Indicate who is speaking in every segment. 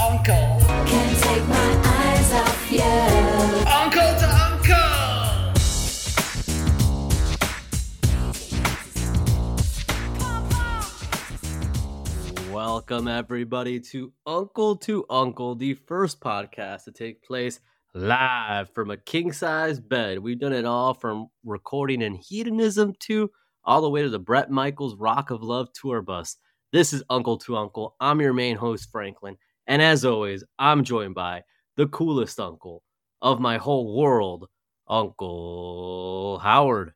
Speaker 1: uncle.
Speaker 2: Can't take my eyes off you.
Speaker 1: Uncle to uncle.
Speaker 3: Welcome, everybody, to Uncle to Uncle, the first podcast to take place live from a king size bed. We've done it all from recording in hedonism to all the way to the Brett Michaels Rock of Love tour bus. This is Uncle to Uncle. I'm your main host, Franklin. And as always, I'm joined by the coolest uncle of my whole world, Uncle Howard.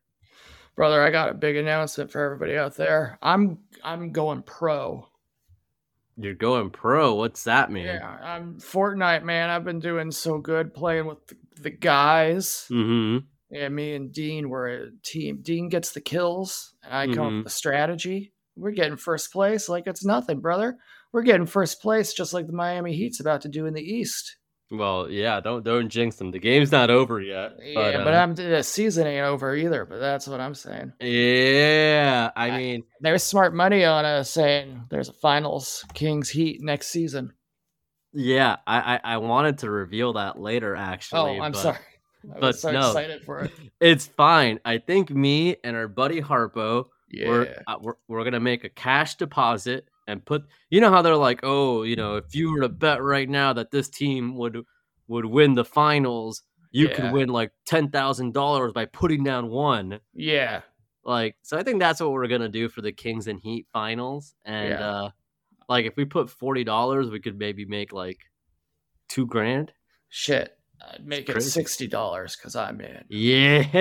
Speaker 4: brother i got a big announcement for everybody out there i'm i'm going pro
Speaker 3: You're going pro. What's that mean?
Speaker 4: yeah i'm fortnite man i've been doing so good playing with th- the guys
Speaker 3: Mm hmm.
Speaker 4: yeah me and dean were a team dean gets the kills and i come up
Speaker 3: Mhm.
Speaker 4: with the strategy we're getting first place like it's nothing brother we're getting first place just like the miami heat's about to do in the east
Speaker 3: Well, yeah, don't don't jinx them. The game's not over yet.
Speaker 4: yeah but
Speaker 3: uh,
Speaker 4: i'm the season ain't over either but that's what i'm saying
Speaker 3: yeah, I
Speaker 4: I-
Speaker 3: mean,
Speaker 4: there's smart money on us saying there's a finals kings heat next season
Speaker 3: yeah, I, I I wanted to reveal that later actually.
Speaker 4: Oh, I'm
Speaker 3: but
Speaker 4: sorry. I
Speaker 3: but
Speaker 4: was so
Speaker 3: no.
Speaker 4: excited for it.
Speaker 3: It's fine. I think me and our buddy Harpo
Speaker 4: Yeah.
Speaker 3: we're, uh, we're we're gonna make a cash deposit and put. You know how they're like, oh, you know, if you were to bet right now that this team would would win the finals, you
Speaker 4: Yeah.
Speaker 3: could win like ten thousand dollars by putting down one.
Speaker 4: yeah.
Speaker 3: Like, so I think that's what we're gonna do for the Kings and Heat finals. And
Speaker 4: Yeah.
Speaker 3: uh like if we put forty dollars, we could maybe make like two grand.
Speaker 4: Shit. I'd make it
Speaker 3: crazy.
Speaker 4: sixty dollars because I'm in.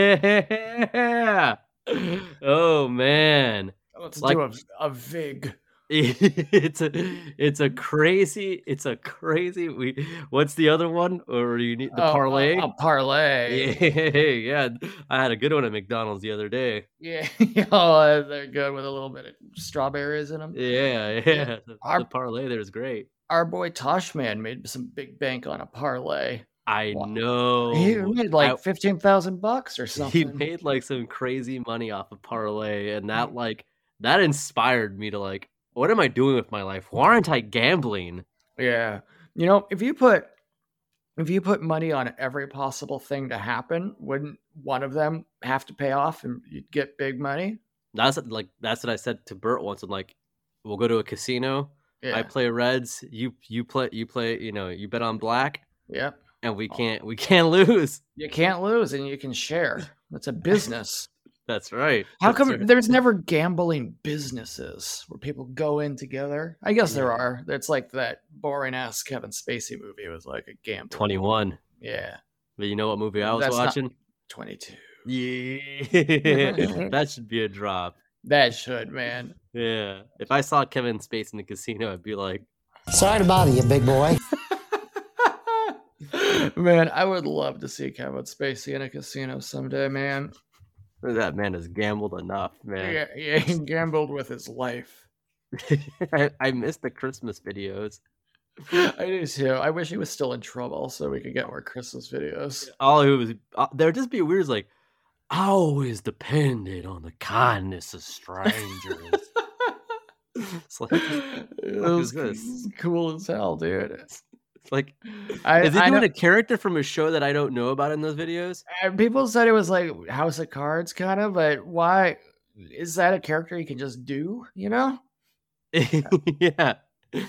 Speaker 3: Yeah. Oh man.
Speaker 4: Let's
Speaker 3: Like-
Speaker 4: do a, a vig.
Speaker 3: It's a it's a crazy it's a crazy we what's the other one? Or you need the
Speaker 4: Oh, a-
Speaker 3: parlay?
Speaker 4: A, parlay.
Speaker 3: yeah, yeah. I had a good one at McDonald's the other day.
Speaker 4: Yeah. oh, they're good with a little bit of strawberries in them.
Speaker 3: Yeah, yeah. The,
Speaker 4: Our-
Speaker 3: the parlay there is great.
Speaker 4: Our boy Toshman made some big bank on a parlay.
Speaker 3: I
Speaker 4: Wow.
Speaker 3: know.
Speaker 4: he made
Speaker 3: Oh, I-
Speaker 4: like fifteen thousand bucks or something.
Speaker 3: He made like some crazy money off of parlay, and that like that inspired me to like, what am I doing with my life? Why aren't I gambling?
Speaker 4: Yeah. You know, if you put if you put money on every possible thing to happen, wouldn't one of them have to pay off and you'd get big money?
Speaker 3: That's what- like that's what I said to Bert once. I'm like, we'll go to a casino.
Speaker 4: Yeah.
Speaker 3: I play reds. You you play you play you know you bet on black,
Speaker 4: yeah.
Speaker 3: and we
Speaker 4: Oh.
Speaker 3: can't we can't lose.
Speaker 4: You can't lose and you can share. That's a business.
Speaker 3: That's right.
Speaker 4: How
Speaker 3: That's
Speaker 4: come
Speaker 3: right.
Speaker 4: there's never gambling businesses where people go in together? I guess there
Speaker 3: Yeah.
Speaker 4: are. It's like that boring ass Kevin Spacey movie was like a gamble.
Speaker 3: 21?
Speaker 4: Yeah.
Speaker 3: But you know what movie I was
Speaker 4: That's not-
Speaker 3: watching?
Speaker 4: Twenty two.
Speaker 3: Yeah, that should be a drop.
Speaker 4: That should, man.
Speaker 3: Yeah, if I saw Kevin Space in the casino, I'd be like.
Speaker 5: Sorry to bother you, big boy.
Speaker 4: man, I would love to see Kevin Spacey in a casino someday, man.
Speaker 3: That man has gambled enough, man.
Speaker 4: Yeah, yeah, he gambled with his life.
Speaker 3: I, I miss the Christmas videos.
Speaker 4: I do too. I wish he was still in trouble so we could get more Christmas videos.
Speaker 3: All it was, uh, there'd just be weird, like, I always depended on the kindness of strangers. it's like,
Speaker 4: it was
Speaker 3: is
Speaker 4: c- cool as hell, dude.
Speaker 3: it's like
Speaker 4: I,
Speaker 3: is he
Speaker 4: I
Speaker 3: doing
Speaker 4: know-
Speaker 3: a character from a show that I don't know about in those videos?
Speaker 4: uh, people said it was like House of Cards, kind of, but why is that a character you can just do? You know,
Speaker 3: yeah,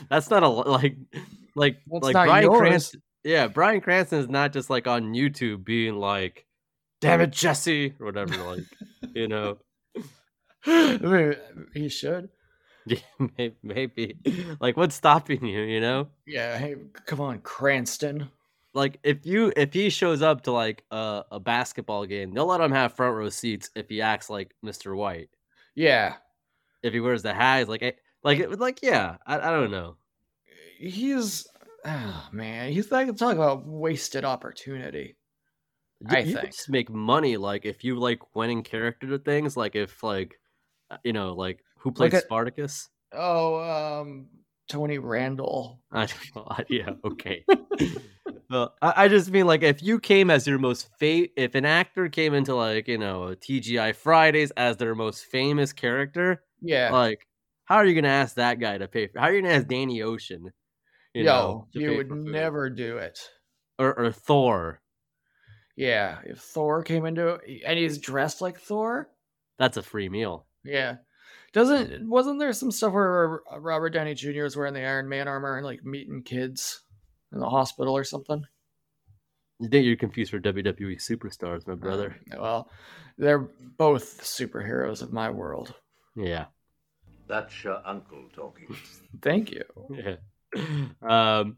Speaker 3: that's not a lo- like, like,
Speaker 4: Well, it's
Speaker 3: like
Speaker 4: not
Speaker 3: Bryan
Speaker 4: yours.
Speaker 3: Cranston. Yeah, Brian Cranston is not just like on YouTube being like, "Damn it, Jesse" or whatever. Like, you know.
Speaker 4: I mean, he should.
Speaker 3: Yeah, may- maybe. Like, what's stopping you? You know,
Speaker 4: Yeah, hey, come on, Cranston.
Speaker 3: like if you if he shows up to like a, a basketball game, they'll let him have front row seats if he acts like Mr. White.
Speaker 4: Yeah,
Speaker 3: If he wears the hat, he's like, eh, like, it- like, yeah. I, I don't know.
Speaker 4: he's oh man, he's like talk about wasted opportunity.
Speaker 3: You,
Speaker 4: I
Speaker 3: you could
Speaker 4: think.
Speaker 3: just make money like if you like went in character to things. Like if like, uh, you know, like who played
Speaker 4: at-
Speaker 3: Spartacus?
Speaker 4: Oh, um, Tony Randall.
Speaker 3: I, well, I- yeah, okay. well, I, I just mean like if you came as your most fa- if an actor came into like you know a TGI Fridays as their most famous character,
Speaker 4: Yeah,
Speaker 3: like how are you gonna ask that guy to pay? For, how are you gonna ask Danny Ocean You know,
Speaker 4: Yo,
Speaker 3: to
Speaker 4: you
Speaker 3: pay
Speaker 4: would
Speaker 3: for food.
Speaker 4: never do it.
Speaker 3: Or, or Thor.
Speaker 4: Yeah, if Thor came into and he's dressed like Thor,
Speaker 3: That's a free meal.
Speaker 4: yeah. Doesn't wasn't there some stuff where Ro- Robert Downey Jr. was wearing the Iron Man armor and like meeting kids in the hospital or something?
Speaker 3: You think you're confused for WWE superstars,
Speaker 4: Uh,
Speaker 3: my brother?
Speaker 4: Well, they're both superheroes of my world.
Speaker 3: Yeah.
Speaker 6: That's your uncle talking.
Speaker 4: Thank you.
Speaker 3: Yeah. Um,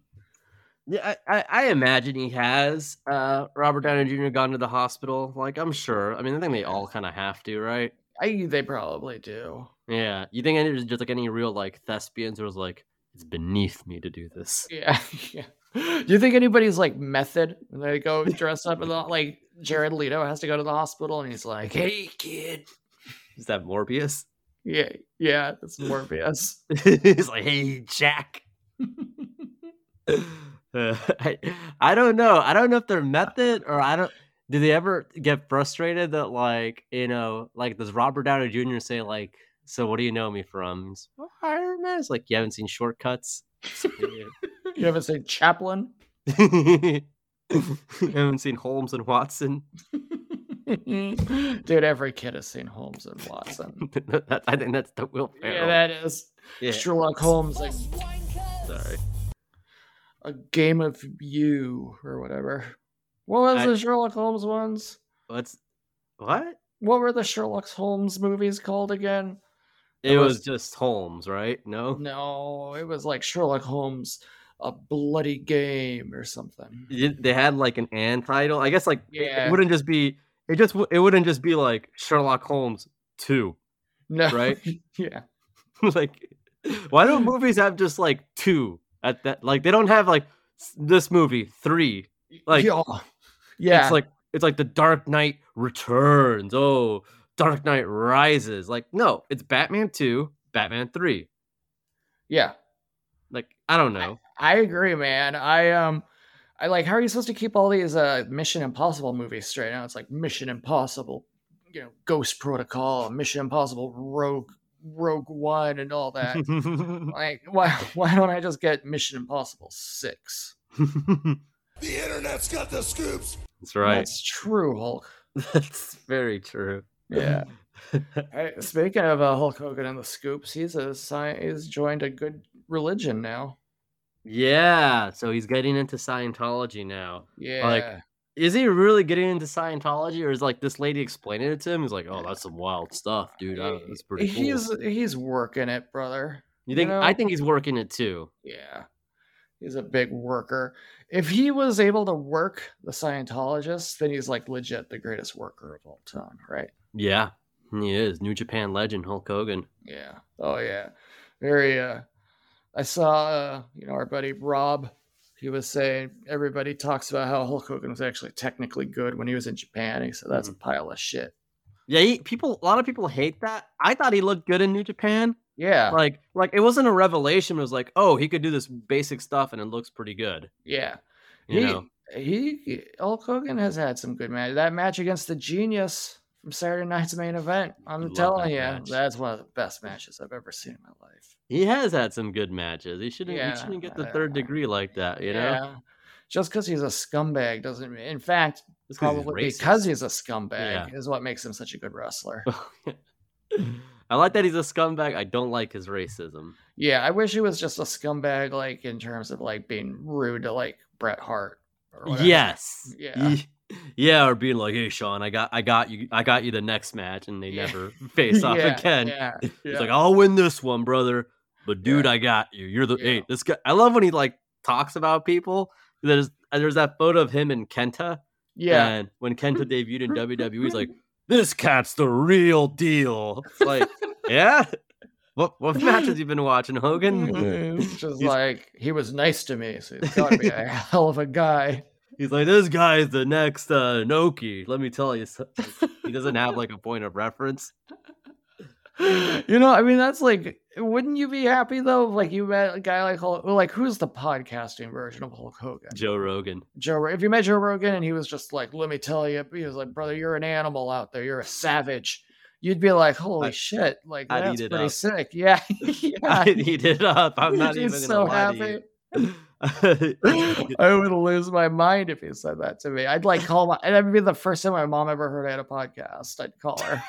Speaker 3: yeah, I, I, I imagine he has uh, Robert Downey Jr. gone to the hospital. Like, I'm sure. I mean, I think they all kind of have to, right?
Speaker 4: I they probably do.
Speaker 3: Yeah. You think any just like any real like thespians was like, it's beneath me to do this.
Speaker 4: Yeah, yeah. Do you think anybody's like method when they go dress up in the like Jared Leto has to go to the hospital and he's like, "Hey, kid."
Speaker 3: Is that Morbius?
Speaker 4: Yeah, yeah, that's Morbius.
Speaker 3: He's like, hey, Jack. Uh, I, I don't know. I don't know if they're
Speaker 4: Uh,
Speaker 3: method or I don't. Do they ever get frustrated that, like, you know, like, does Robert Downey Jr. say, like, so what do you know me from? He's, "Well, Iron Man. It's like, you haven't seen shortcuts? you
Speaker 4: You haven't seen Chaplin?
Speaker 3: haven't seen Holmes and Watson?
Speaker 4: Dude, every kid has seen Holmes and Watson.
Speaker 3: That- I think that's the Will Ferrell.
Speaker 4: Yeah, that is
Speaker 3: Yeah,
Speaker 4: Sherlock Holmes, like
Speaker 3: sorry.
Speaker 4: a game of you or whatever. What was
Speaker 3: I-
Speaker 4: the Sherlock Holmes ones?
Speaker 3: What's, what?
Speaker 4: What were the Sherlock Holmes movies called again? That
Speaker 3: It
Speaker 4: was-
Speaker 3: was just Holmes, right? No?
Speaker 4: No, it was like Sherlock Holmes, a bloody game or something.
Speaker 3: y- they had like an and title. I guess like it-
Speaker 4: Yeah.
Speaker 3: it wouldn't just be it just w- it wouldn't just be like Sherlock Holmes two,
Speaker 4: No,
Speaker 3: right?
Speaker 4: yeah,
Speaker 3: like why don't movies have just like two at that? Like they don't have like s- this movie three. Like
Speaker 4: yeah, yeah.
Speaker 3: it's like it's like the Dark Knight Returns. Oh, Dark Knight Rises. Like no, it's Batman two, Batman three.
Speaker 4: yeah.
Speaker 3: Like I don't know.
Speaker 4: I agree, man. I um, I like. How are you supposed to keep all these uh Mission Impossible movies straight? Now it's like Mission Impossible, you know, Ghost Protocol, Mission Impossible, Rogue, Rogue One, and all that. like, why why don't I just get Mission Impossible Six?
Speaker 6: The internet's got the scoops.
Speaker 3: That's right.
Speaker 4: That's true, Hulk.
Speaker 3: That's very true.
Speaker 4: Yeah. I, speaking of uh, Hulk Hogan and the scoops, he's a sci- he's joined a good religion now.
Speaker 3: Yeah, so he's getting into Scientology now.
Speaker 4: Yeah,
Speaker 3: Is he really getting into Scientology, or is like this lady explaining it to him? He's like, "Oh, that's some wild stuff, dude. I- That's pretty cool."
Speaker 4: he's he's working it, brother.
Speaker 3: you think?
Speaker 4: you
Speaker 3: I
Speaker 4: know-
Speaker 3: think he's working it too.
Speaker 4: Yeah, he's a big worker. If he was able to work the Scientologist, then he's like legit the greatest worker of all time, right?
Speaker 3: Yeah, he is New Japan legend Hulk Hogan.
Speaker 4: Yeah. Oh yeah. Very. Uh, I saw uh, you know our buddy Rob. He was saying everybody talks about how Hulk Hogan was actually technically good when he was in Japan. He said that's a
Speaker 3: Mm-hmm.
Speaker 4: pile of shit.
Speaker 3: Yeah, he, people. A lot of people hate that. I thought he looked good in New Japan.
Speaker 4: Yeah.
Speaker 3: Like, like it wasn't a revelation. It was like, oh, he could do this basic stuff, and it looks pretty good.
Speaker 4: Yeah.
Speaker 3: You
Speaker 4: he,
Speaker 3: know?
Speaker 4: he Hulk Hogan has had some good matches. That match against the Genius from Saturday night's main event. I'm
Speaker 3: love that
Speaker 4: telling you,
Speaker 3: match.
Speaker 4: that's one of the best matches I've ever seen in my life.
Speaker 3: He has had some good matches. He shouldn't.
Speaker 4: Yeah,
Speaker 3: he shouldn't get
Speaker 4: uh,
Speaker 3: the third degree like that. You know,
Speaker 4: Yeah. Just because he's a scumbag doesn't. mean- In fact,
Speaker 3: Just 'cause he's
Speaker 4: probably
Speaker 3: racist.
Speaker 4: because he's a scumbag is what makes him such a good wrestler.
Speaker 3: I like that he's a scumbag. I don't like his racism.
Speaker 4: yeah, I wish he was just a scumbag, like in terms of like being rude to like Bret Hart. Or whatever.
Speaker 3: Yes.
Speaker 4: Yeah.
Speaker 3: Ye- Yeah, or being like, "Hey, Sean, I got, I got you, I got you the next match," and they
Speaker 4: Yeah.
Speaker 3: never face off
Speaker 4: Yeah,
Speaker 3: again.
Speaker 4: Yeah,
Speaker 3: He's
Speaker 4: yeah.
Speaker 3: like, "Oh, "I'll win this one, brother," but dude, I got you. You're the
Speaker 4: Yeah.
Speaker 3: hey, this guy. I love when he like talks about people. There's there's that photo of him and Kenta.
Speaker 4: yeah.
Speaker 3: And when Kenta debuted in WWE, he's like, "This cat's the real deal." It's like, yeah. What what matches have you been watching,
Speaker 4: Mm-hmm.
Speaker 3: Hogan?
Speaker 4: It's just
Speaker 3: Mm-hmm. He's-
Speaker 4: like he was nice to me, so he's got to be a hell of a guy.
Speaker 3: He's like, this guy's the next uh, Noki. Let me tell you, so- he doesn't have like a point of reference.
Speaker 4: You know, I mean, that's like, wouldn't you be happy though? if, Like you met a guy like Hulk, well, like who's the podcasting version of Hulk Hogan?
Speaker 3: Joe Rogan.
Speaker 4: Joe, Ro- if you met Joe Rogan and he was just like, "Let me tell you," he was like, "Brother, you're an animal out there. You're a savage." You'd be like, "Holy
Speaker 3: I-
Speaker 4: shit!" Like
Speaker 3: I'd eat
Speaker 4: that's
Speaker 3: it
Speaker 4: pretty
Speaker 3: up.
Speaker 4: sick. Yeah, yeah.
Speaker 3: I eat it up. I'm
Speaker 4: You'd
Speaker 3: not
Speaker 4: be
Speaker 3: even gonna
Speaker 4: so
Speaker 3: lie
Speaker 4: happy.
Speaker 3: to you.
Speaker 4: I would lose my mind if you said that to me. I'd like call my, and that'd be the first time my mom ever heard I had a podcast. I'd call her.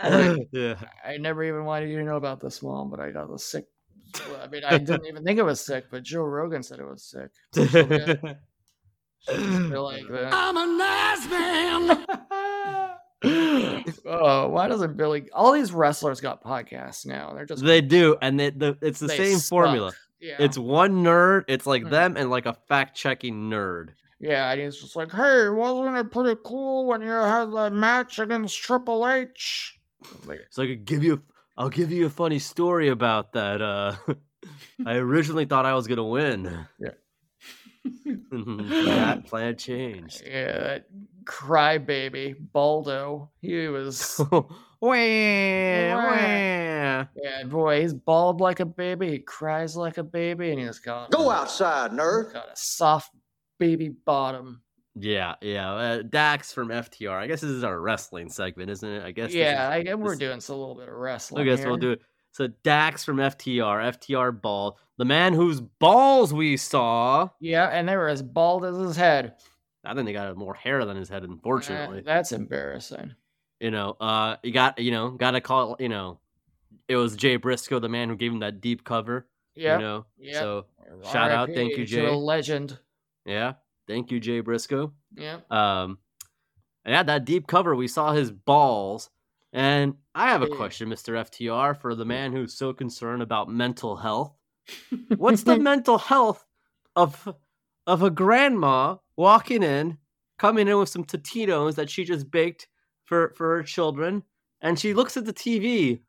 Speaker 3: yeah.
Speaker 4: I never even wanted you to know about this, mom, but I got the sick. well, I mean, I didn't even think it was sick, but Joe Rogan said it was sick.
Speaker 3: Hmm.
Speaker 4: They're like uh, that. I'm a nice man. oh, why doesn't Billy? All these wrestlers got podcasts now. They're just
Speaker 3: They do, and they, the, it's the
Speaker 4: They
Speaker 3: same
Speaker 4: suck.
Speaker 3: formula.
Speaker 4: yeah,
Speaker 3: It's one nerd. It's like
Speaker 4: Mhm.
Speaker 3: them and like a fact checking nerd.
Speaker 4: yeah. And he's just like, hey, wasn't it pretty cool when you had that match against Triple H? Like,
Speaker 3: So I could give you, I'll give you a funny story about that. Uh, I originally thought I was gonna win. Mm-hmm.
Speaker 4: Yeah.
Speaker 3: that plan changed.
Speaker 4: yeah, that crybaby Baldo. He was.
Speaker 3: wah, wah.
Speaker 4: Yeah, boy, he's bald like a baby. He cries like a baby, and he's got
Speaker 7: Go outside, nerd.
Speaker 4: got a soft baby bottom.
Speaker 3: Yeah, yeah. Uh, Dax from FTR. I guess this is our wrestling segment, isn't it? I guess. this is-
Speaker 4: yeah, I guess we're
Speaker 3: this-
Speaker 4: doing s- a little bit of wrestling.
Speaker 3: I guess we'll
Speaker 4: here.
Speaker 3: do it. So Dax from FTR, FTR Bald, the man whose balls we saw.
Speaker 4: Yeah, and they were as bald as his head.
Speaker 3: I think they got more hair than his head,
Speaker 4: Uh,
Speaker 3: unfortunately.
Speaker 4: that's embarrassing.
Speaker 3: you know, uh, you got, you know, got to call, you know, it was Jay Briscoe, the man who gave him that deep cover.
Speaker 4: Yeah.
Speaker 3: You know,
Speaker 4: yep.
Speaker 3: so shout out, thank you,
Speaker 4: To
Speaker 3: Jay.
Speaker 4: a legend.
Speaker 3: yeah, thank you, Jay Briscoe.
Speaker 4: Yeah.
Speaker 3: Um, and at that deep cover, we saw his balls. And I have a
Speaker 4: Yeah.
Speaker 3: question, Mr. FTR, for the man who's so concerned about mental health. What's the mental health of of a grandma walking in, coming in with some Totino's that she just baked for for her children, and she looks at the TV,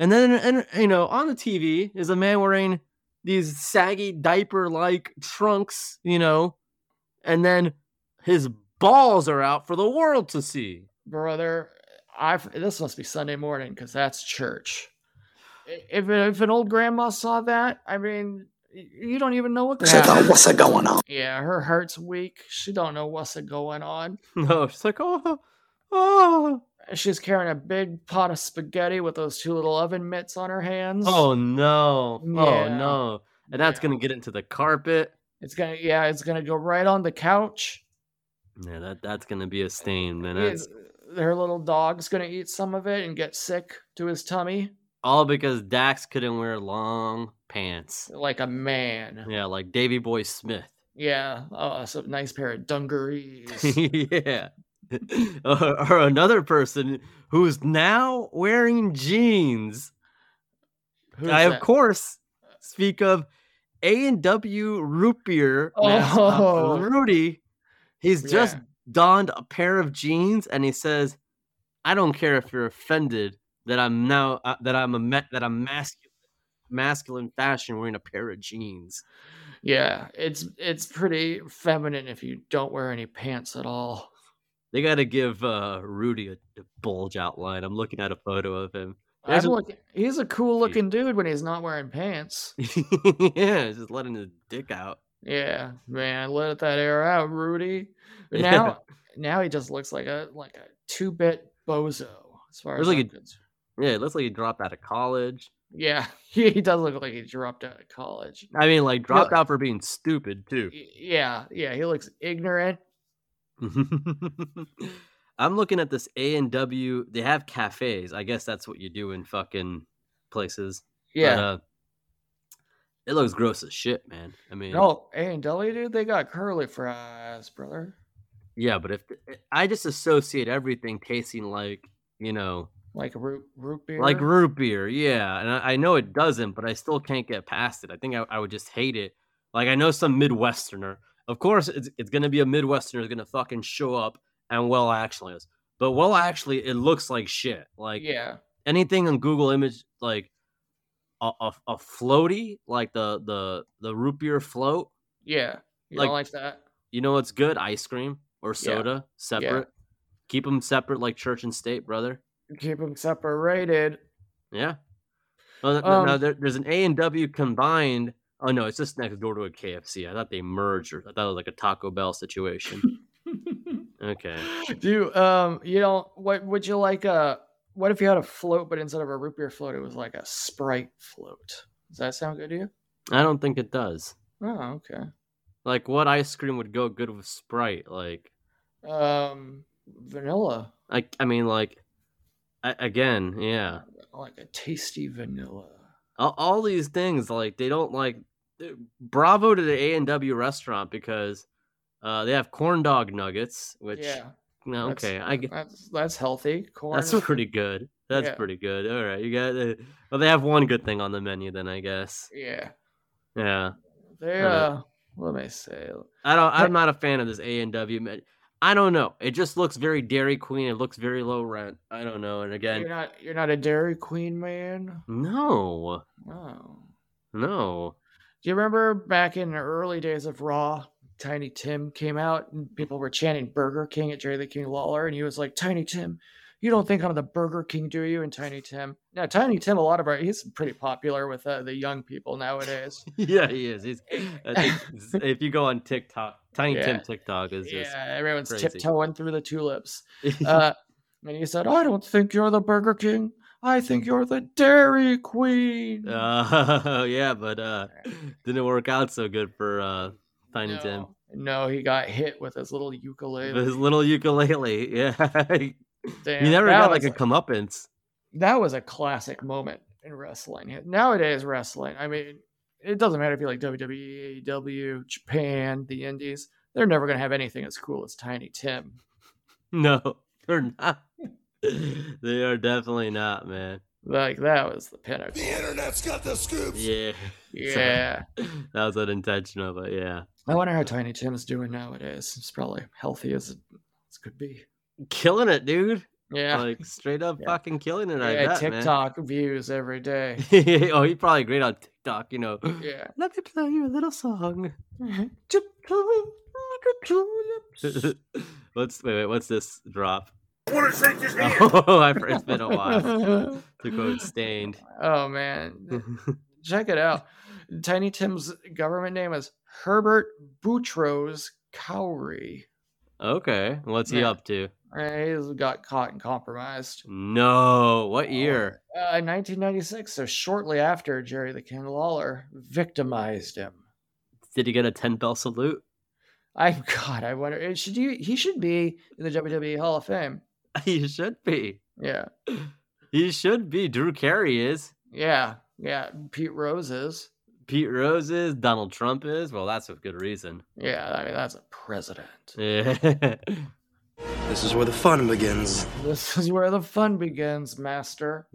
Speaker 3: and then and you know on the TV is a man wearing these saggy diaper like trunks, you know, and then his balls are out for the world to see.
Speaker 4: brother? I this must be Sunday morning because that's church. I- If if an old grandma saw that, I mean, y- you don't even know what.
Speaker 7: Said,
Speaker 4: happened.
Speaker 7: what's going on?
Speaker 4: Yeah, her heart's weak. She don't know what's a going on.
Speaker 3: No, she's like, oh, oh,
Speaker 4: She's carrying a big pot of spaghetti with those two little oven mitts on her hands.
Speaker 3: oh no, oh
Speaker 4: Yeah.
Speaker 3: no, and that's
Speaker 4: Yeah.
Speaker 3: gonna get into the carpet.
Speaker 4: It's gonna yeah, it's gonna go right on the couch.
Speaker 3: Yeah, that that's gonna be a stain, man.
Speaker 4: Yeah,
Speaker 3: That's
Speaker 4: Her little dog's gonna eat some of it and get sick to his tummy
Speaker 3: all because Dax couldn't wear long pants.
Speaker 4: like a man.
Speaker 3: Yeah, like Davy Boy Smith.
Speaker 4: Yeah, oh, some nice pair of dungarees.
Speaker 3: yeah. or, or another person who's now wearing jeans.
Speaker 4: Who's
Speaker 3: I of
Speaker 4: that?
Speaker 3: course speak of A and W root beer mascot
Speaker 4: Oh.
Speaker 3: Rudy. He's just
Speaker 4: Yeah.
Speaker 3: donned a pair of jeans and he says, "I don't care if you're offended that I'm now uh, that I'm a ma- that I'm masculine, masculine fashion wearing a pair of jeans."
Speaker 4: Yeah, it's it's pretty feminine if you don't wear any pants at all.
Speaker 3: They got to give uh, Rudy a, a bulge outline. I'm looking at a photo of him.
Speaker 4: I'm
Speaker 3: There's a-
Speaker 4: looking, he's a cool looking dude when he's not wearing pants.
Speaker 3: yeah, he's just letting his dick out.
Speaker 4: Yeah, man, let that air out, Rudy. But
Speaker 3: Yeah.
Speaker 4: now, now he just looks like a like a two bit bozo as far as
Speaker 3: Looks like
Speaker 4: I'm
Speaker 3: a-
Speaker 4: concerned.
Speaker 3: Yeah, it looks like he dropped out of college.
Speaker 4: Yeah, he does look like he dropped out of college.
Speaker 3: I mean, like dropped out for being stupid too.
Speaker 4: Y- Yeah, yeah, he looks ignorant.
Speaker 3: I'm looking at this A and W. They have cafes. I guess that's what you do in fucking places. But,
Speaker 4: Yeah.
Speaker 3: uh, it looks gross as shit, man. I mean,
Speaker 4: No, Oh, A and W dude, they got curly fries, brother.
Speaker 3: yeah, but if eh, I just associate everything tasting like you know,
Speaker 4: Like root root beer.
Speaker 3: like root beer, yeah, and I, I know it doesn't, but I still can't get past it. I think I, I would just hate it. Like I know some Midwesterner, of course, it's it's gonna be a Midwesterner is gonna fucking show up and well actually is, but well actually it looks like shit. Like
Speaker 4: yeah,
Speaker 3: anything on Google Image like a, a, a floaty, like the the the root beer float.
Speaker 4: yeah. You
Speaker 3: like-
Speaker 4: don't like that?
Speaker 3: You know what's good? Ice cream or soda, separate. Keep them separate, like church and state, brother.
Speaker 4: Keep them separated.
Speaker 3: Yeah. Well, th- th- now
Speaker 4: Um,
Speaker 3: there, there's an A and W combined. Oh no, it's just next door to a KFC. I thought they merged. Or I thought it was like a Taco Bell situation. okay.
Speaker 4: Do you, um, you know what? Would you like a? What if you had a float, but instead of a root beer float, it was like a Sprite float? Does that sound good to you?
Speaker 3: I don't think it does.
Speaker 4: Oh, okay.
Speaker 3: Like, what ice cream would go good with Sprite? Like,
Speaker 4: Um, vanilla,
Speaker 3: I, I mean, like, I, again, yeah.
Speaker 4: like a tasty vanilla.
Speaker 3: All, all these things, like, they don't like. eh, Bravo to the A and W restaurant because uh, they have corn dog nuggets, which
Speaker 4: yeah,
Speaker 3: no,
Speaker 4: that's-
Speaker 3: okay, I get
Speaker 4: that's that's healthy. Corn.
Speaker 3: that's
Speaker 4: with-
Speaker 3: pretty good. That's
Speaker 4: Yeah.
Speaker 3: pretty good. All right, you got. Uh, well, they have one good thing on the menu, then I guess.
Speaker 4: Yeah,
Speaker 3: Yeah,
Speaker 4: they. Uh,
Speaker 3: Alright.
Speaker 4: let me say.
Speaker 3: I don't.
Speaker 4: Right.
Speaker 3: I'm not a fan of this A and W. I don't know. It just looks very Dairy Queen. It looks very low rent. I don't know. And again,
Speaker 4: You're not. You're not a Dairy Queen man. Oh.
Speaker 3: no,
Speaker 4: Wow.
Speaker 3: no.
Speaker 4: Do you remember back in the early days of Raw, Tiny Tim came out and people were chanting Burger King at Jerry the King Lawler, and he was like, "Tiny Tim, you don't think I'm the Burger King, do you?" And Tiny Tim, now Tiny Tim, a lot of our he's pretty popular with uh, the young people nowadays.
Speaker 3: yeah, he is. He's. I think if you go on TikTok, Tiny Tim
Speaker 4: Yeah.
Speaker 3: TikTok is just.
Speaker 4: yeah, everyone's
Speaker 3: crazy.
Speaker 4: tiptoeing through the tulips. Uh, and he said, "I don't think you're the Burger King. I think you're the Dairy Queen."
Speaker 3: Uh, yeah, but uh, didn't work out so good for uh, Tiny Tim.
Speaker 4: No. No, he got hit with his little ukulele.
Speaker 3: His little ukulele. Yeah, he
Speaker 4: Damn,
Speaker 3: never
Speaker 4: that
Speaker 3: got like
Speaker 4: was
Speaker 3: a comeuppance.
Speaker 4: that was a classic moment in wrestling. Nowadays, wrestling, I mean, it doesn't matter if you like E, WWE, AEW, Japan, the Indies, they're never going to have anything as cool as Tiny Tim.
Speaker 3: No, they're not. they are definitely not, man.
Speaker 4: Like, that was the pinnacle.
Speaker 6: The internet's got the scoops.
Speaker 3: Yeah,
Speaker 4: Yeah.
Speaker 3: that was unintentional, but yeah,
Speaker 4: I wonder how Tiny Tim's doing nowadays. He's probably healthy as, as could be.
Speaker 3: killing it, dude.
Speaker 4: Yeah.
Speaker 3: Like straight up
Speaker 4: Yeah.
Speaker 3: fucking killing it. I
Speaker 4: yeah,
Speaker 3: bet, man.
Speaker 4: TikTok views every day.
Speaker 3: oh, he's probably great on TikTok, you know.
Speaker 4: Yeah.
Speaker 3: Let me play you a little song. what's wait, wait, what's this drop? Oh, I've, it's been a while. to quote Stained.
Speaker 4: Oh, man. check it out. Tiny Tim's government name is Herbert Boutros Cowrie.
Speaker 3: okay, what's he
Speaker 4: Yeah.
Speaker 3: up to?
Speaker 4: Uh, He got caught and compromised.
Speaker 3: No, what year?
Speaker 4: Uh, in 1996, so shortly after Jerry the King Lawler victimized him.
Speaker 3: Did he get a ten bell salute?
Speaker 4: I God, I wonder. it Should you? He should be in the WWE Hall of Fame.
Speaker 3: he should be.
Speaker 4: Yeah,
Speaker 3: He should be. Drew Carey is.
Speaker 4: yeah, yeah. Pete Rose is.
Speaker 3: Pete Rose is. Donald Trump is. Well, that's with good reason.
Speaker 4: Yeah, I mean that's a president.
Speaker 3: Yeah.
Speaker 7: This is where the fun begins.
Speaker 4: This is where the fun begins, Master.